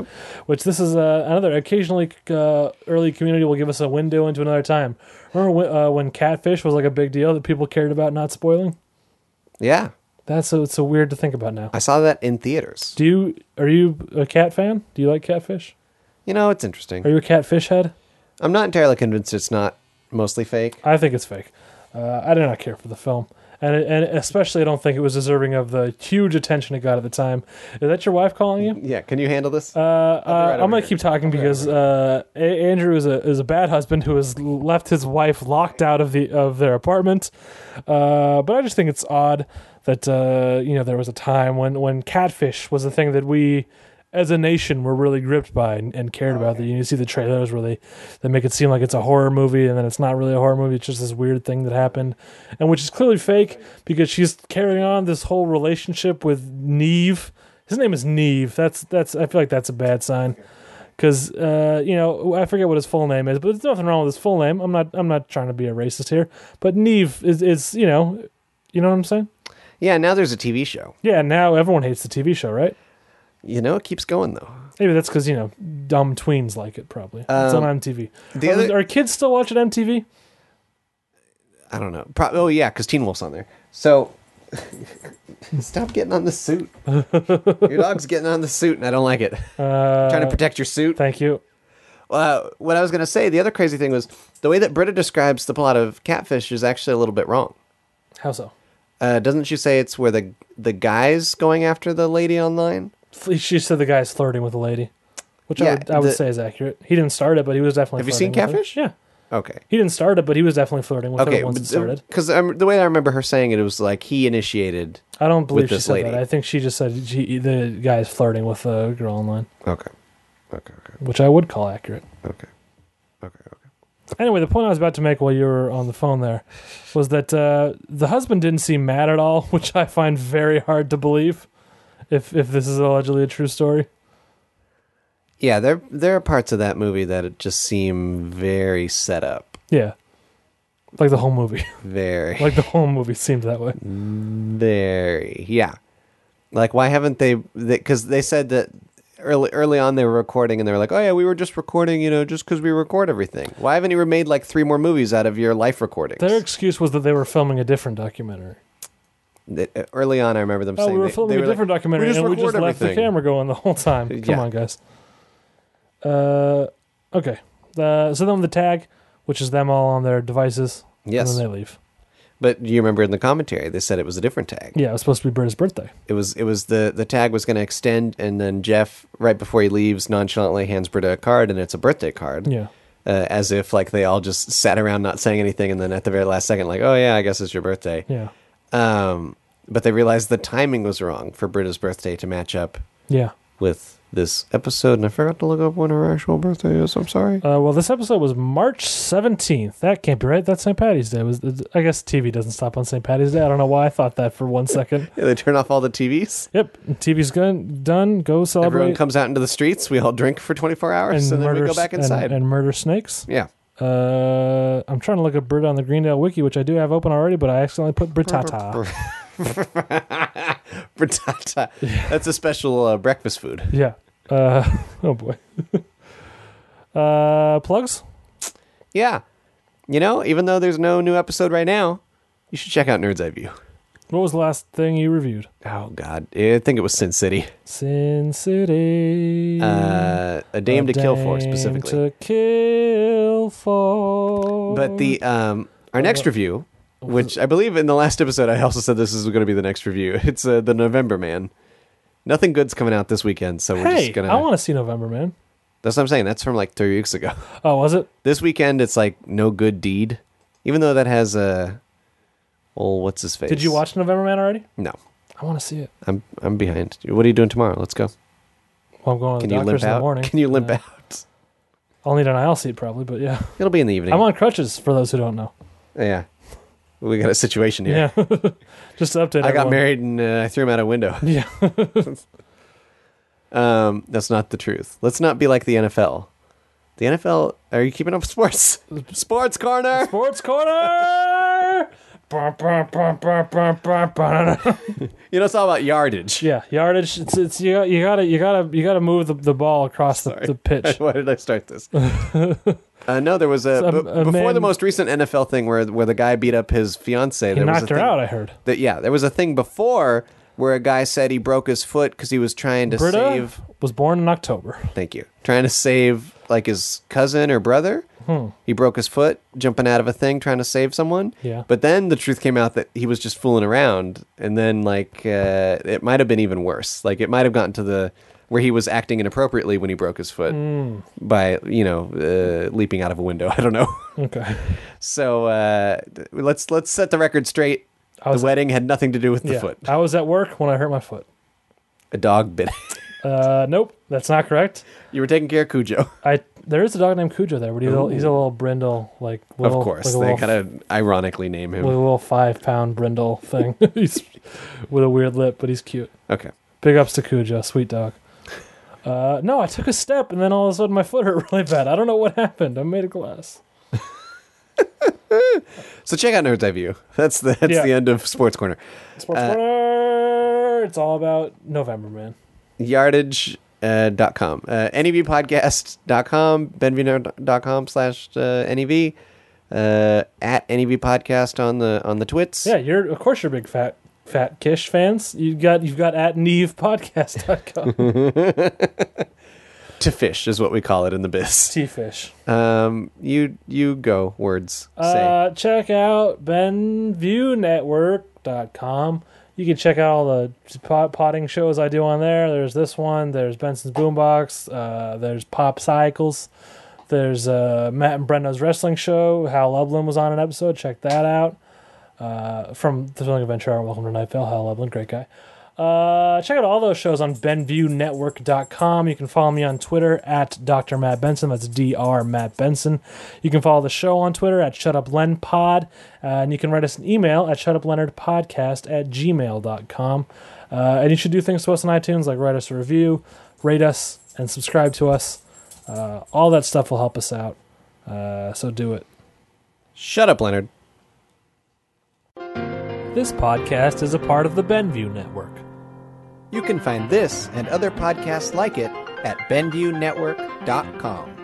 I: which this is uh, another. Occasionally, uh, early community will give us a window into another time. Remember when, uh, when Catfish was like a big deal that people cared about not spoiling?
H: Yeah.
I: That's so it's so weird to think about now.
H: I saw that in theaters.
I: Do you are you a cat fan? Do you like Catfish?
H: You know, it's
I: Are
H: interesting.
I: you a Catfish head?
H: I'm not entirely convinced it's not mostly fake.
I: I think it's fake. Uh, I did not care for the film, and and especially I don't think it was deserving of the huge attention it got at the time. Is that your wife calling you?
H: Yeah, can you handle this?
I: Uh, I'm
H: over
I: gonna
H: here.
I: keep talking because uh, A- Andrew is a is a bad husband who has left his wife locked out of the of their apartment. Uh, but I just think it's odd that uh, you know there was a time when when catfish was a thing that we. As a nation, were really gripped by and, and cared about that. You see the trailers where they, they make it seem like it's a horror movie, and then it's not really a horror movie. It's just this weird thing that happened, and which is clearly fake because she's carrying on this whole relationship with Neve, his name is Neve. That's that's. I feel like that's a bad sign, because uh, you know I forget what his full name is, but there's nothing wrong with his full name. I'm not I'm not trying to be a racist here, but Neve is is you know, you know what I'm saying?
H: yeah, now there's a TV show.
I: Yeah. Now everyone hates the TV show, right?
H: You know, it keeps going though.
I: Maybe that's because you know dumb tweens like it. Probably it's on MTV.
H: Um, the
I: are,
H: other-
I: are kids still watching MTV?
H: I don't know. Pro- oh yeah, because Teen Wolf's on there. So Stop getting on the suit. your dog's getting on the suit, and I don't like it. trying to protect your suit.
I: Thank you.
H: Uh, what I was going to say, the other crazy thing was the way that Britta describes the plot of Catfish is actually a little bit wrong.
I: How so?
H: Uh, doesn't she say it's where the the guy's going after the lady online?
I: F- She said the guy's flirting with a lady, which I
H: Yeah,
I: would, I would
H: the-
I: say is accurate. He didn't start it, but he was definitely.
H: Have you seen
I: flirting with her.
H: Catfish?
I: Yeah,
H: Okay.
I: he didn't start it, but he was definitely flirting with
H: Okay.
I: her once it started.
H: Because the way I remember her saying it, it was like he initiated.
I: I don't believe she
H: this
I: said that.
H: lady.
I: I think she just said she, the guy's flirting with a girl online,
H: Okay. Okay. Okay.
I: which I would call accurate.
H: Okay. Okay. Okay.
I: Anyway, the point I was about to make while you were on the phone there was that uh, the husband didn't seem mad at all, which I find very hard to believe. If if this is allegedly a true story,
H: Yeah, there there are parts of that movie that it just seem very set up,
I: yeah, like the whole movie,
H: very,
I: like the whole movie seemed that way.
H: very, yeah. Like, why haven't they? Because they, said that early early on they were recording, and they were like, "Oh yeah, we were just recording, you know, just because we record everything." Why haven't you made like three more movies out of your life recordings?
I: Their excuse was that they were filming a different domentary.
H: That- uh, early on, I remember them
I: Oh,
H: saying
I: we were
H: they-
I: filming
H: they
I: a
H: were like,
I: different documentary, and we just
H: record
I: left the
H: everything."
I: camera going the whole time. Come
H: Yeah.
I: on, guys. Uh, okay. Uh, so then the tag, which is them all on their devices,
H: Yes.
I: and then they leave.
H: But do you remember in the commentary they said it was a different tag?
I: Yeah, it was supposed to be Britta's birthday.
H: It was it was the the tag was going to extend, and then Jeff right before he leaves nonchalantly hands Britta a card, and it's a birthday card.
I: Yeah.
H: Uh, as if like they all just sat around not saying anything, and then at the very last second, like, oh yeah, I guess it's your birthday.
I: Yeah.
H: Um, but they realized the timing was wrong for Britta's birthday to match up
I: Yeah.
H: with this episode, and I forgot to look up when her actual birthday is. I'm sorry.
I: Uh, well, this episode was March 17th. That can't be right. That's St. Patty's Day. It Was I guess TV doesn't stop on St. Patty's Day. I don't know why I thought that for one second.
H: Yeah, they turn off all the TVs.
I: Yep, TV's gone, done. Go celebrate
H: Everyone comes out into the streets. We all drink for 24 hours, and, then we
I: murder
H: go
I: s-
H: back
I: and-
H: inside.
I: and, murder snakes.
H: yeah.
I: Uh, I'm trying to look up Brit on the Greendale wiki, which I do have open already, but I accidentally put Brittata.
H: frittata. That's a special uh, breakfast food.
I: yeah. Uh, oh boy. uh, plugs.
H: Yeah. You know, even though there's no new episode right now, you should check out Nerd's Eye View.
I: What was the last thing you reviewed?
H: Oh, God. I think it was Sin City.
I: Sin City.
H: Uh, a Dame to Kill For, specifically.
I: To kill for.
H: But the um, our next review, which I believe in the last episode, I also said this is going to be the next review. It's uh, The November Man. Nothing good's coming out this weekend, so we're
I: hey,
H: just going
I: I want to see November Man.
H: That's what I'm saying. That's from like three weeks ago.
I: Oh, was it?
H: this weekend it's like no good deed even though that has a oh what's his face
I: Did you watch November Man already?
H: no
I: I want to see it.
H: i'm i'm behind what are you doing tomorrow let's go
I: Well, I'm going to
H: can
I: the
H: you limp
I: doctor's in the
H: out
I: morning.
H: can you limp
I: Uh,
H: out
I: I'll need an aisle seat probably, but yeah,
H: it'll be in the evening
I: I'm on crutches for those who don't know.
H: yeah we got a situation here
I: Yeah, just to update.
H: i got
I: everyone.
H: married and uh, i threw him out a window
I: Yeah.
H: um that's not the truth let's not be like the nfl the nfl are you keeping up with sports sports corner
I: Sports corner. Bum, bum, bum, bum, bum, bum, bum.
H: you know it's all about yardage
I: yeah, yardage. It's, it's you, got, you gotta you gotta you gotta move the, the ball across the, the pitch.
H: Why did I start this? uh, no, there was a,
I: So, um,
H: b-
I: a
H: before
I: man-
H: the most recent NFL thing where where the guy beat up his fiance.
I: He
H: there was
I: knocked
H: a
I: her
H: thing-
I: out. I heard.
H: That yeah, there was a thing before where a guy said he broke his foot because he was trying to
I: Britta
H: save.
I: was born in October.
H: Thank you. Trying to save like his cousin or brother.
I: Hmm.
H: He broke his foot jumping out of a thing trying to save someone.
I: Yeah.
H: But then the truth came out that he was just fooling around, and then like uh, it might have been even worse. Like it might have gotten to the where he was acting inappropriately when he broke his foot
I: Hmm.
H: by you know uh, leaping out of a window. I don't know.
I: Okay.
H: so uh, th- let's let's set the record straight. The
I: was-
H: wedding had nothing to do with the
I: Yeah.
H: foot.
I: I was at work when I hurt my foot.
H: A dog bit. it.
I: Uh, nope, that's not correct.
H: you were taking care of Cujo,
I: I there is a dog named Cujo there, but he's, a, he's a little brindle, like little,
H: of course.
I: like a
H: they
I: little,
H: kind of ironically name him.
I: with a little five pound brindle thing. he's with a weird lip, but he's cute.
H: Okay.
I: Big ups to Cujo, sweet dog. Uh, no, I took a step and then all of a sudden my foot hurt really bad. I don't know what happened. I'm made of glass.
H: So check out Nerd's Eye View. That's the that's
I: Yeah.
H: the end of Sports Corner.
I: Sports corner. It's all about November, man.
H: Yardage uh, dot com. Uh, NEVpodcast.com, benvnerd.com slash uh, NEV, uh, at NEV Podcast on the on the twits.
I: Yeah, you're of course you're a big fat Fat Kish fans, you got you've got at nevepodcast.com.
H: To fish is what we call it in the biz.
I: T fish.
H: Um, you you go words say.
I: Uh, check out BenviewNetwork.com. You can check out all the pot- potting shows I do on there. There's this one. There's Benson's Boombox. Uh, there's Pop Cycles. There's uh, Matt and Brenda's Wrestling Show. Hal Lublin was on an episode. Check that out. Uh, from The Thrilling Adventure Hour, Welcome to Night Vale. Hal Lublin, great guy. Uh, check out all those shows on BenviewNetwork.com. You can follow me on Twitter at Dr. Matt Benson. That's Dr. Matt Benson. You can follow the show on Twitter at ShutUpLenPod. Uh, and you can write us an email at ShutUpLeonardPodcast at gmail.com. Uh, and you should do things to us on iTunes like write us a review, rate us, and subscribe to us. Uh, all that stuff will help us out. Uh, so do it.
H: Shut up, Leonard.
I: This podcast is a part of the Benview Network.
H: You can find this and other podcasts like it at BenviewNetwork.com.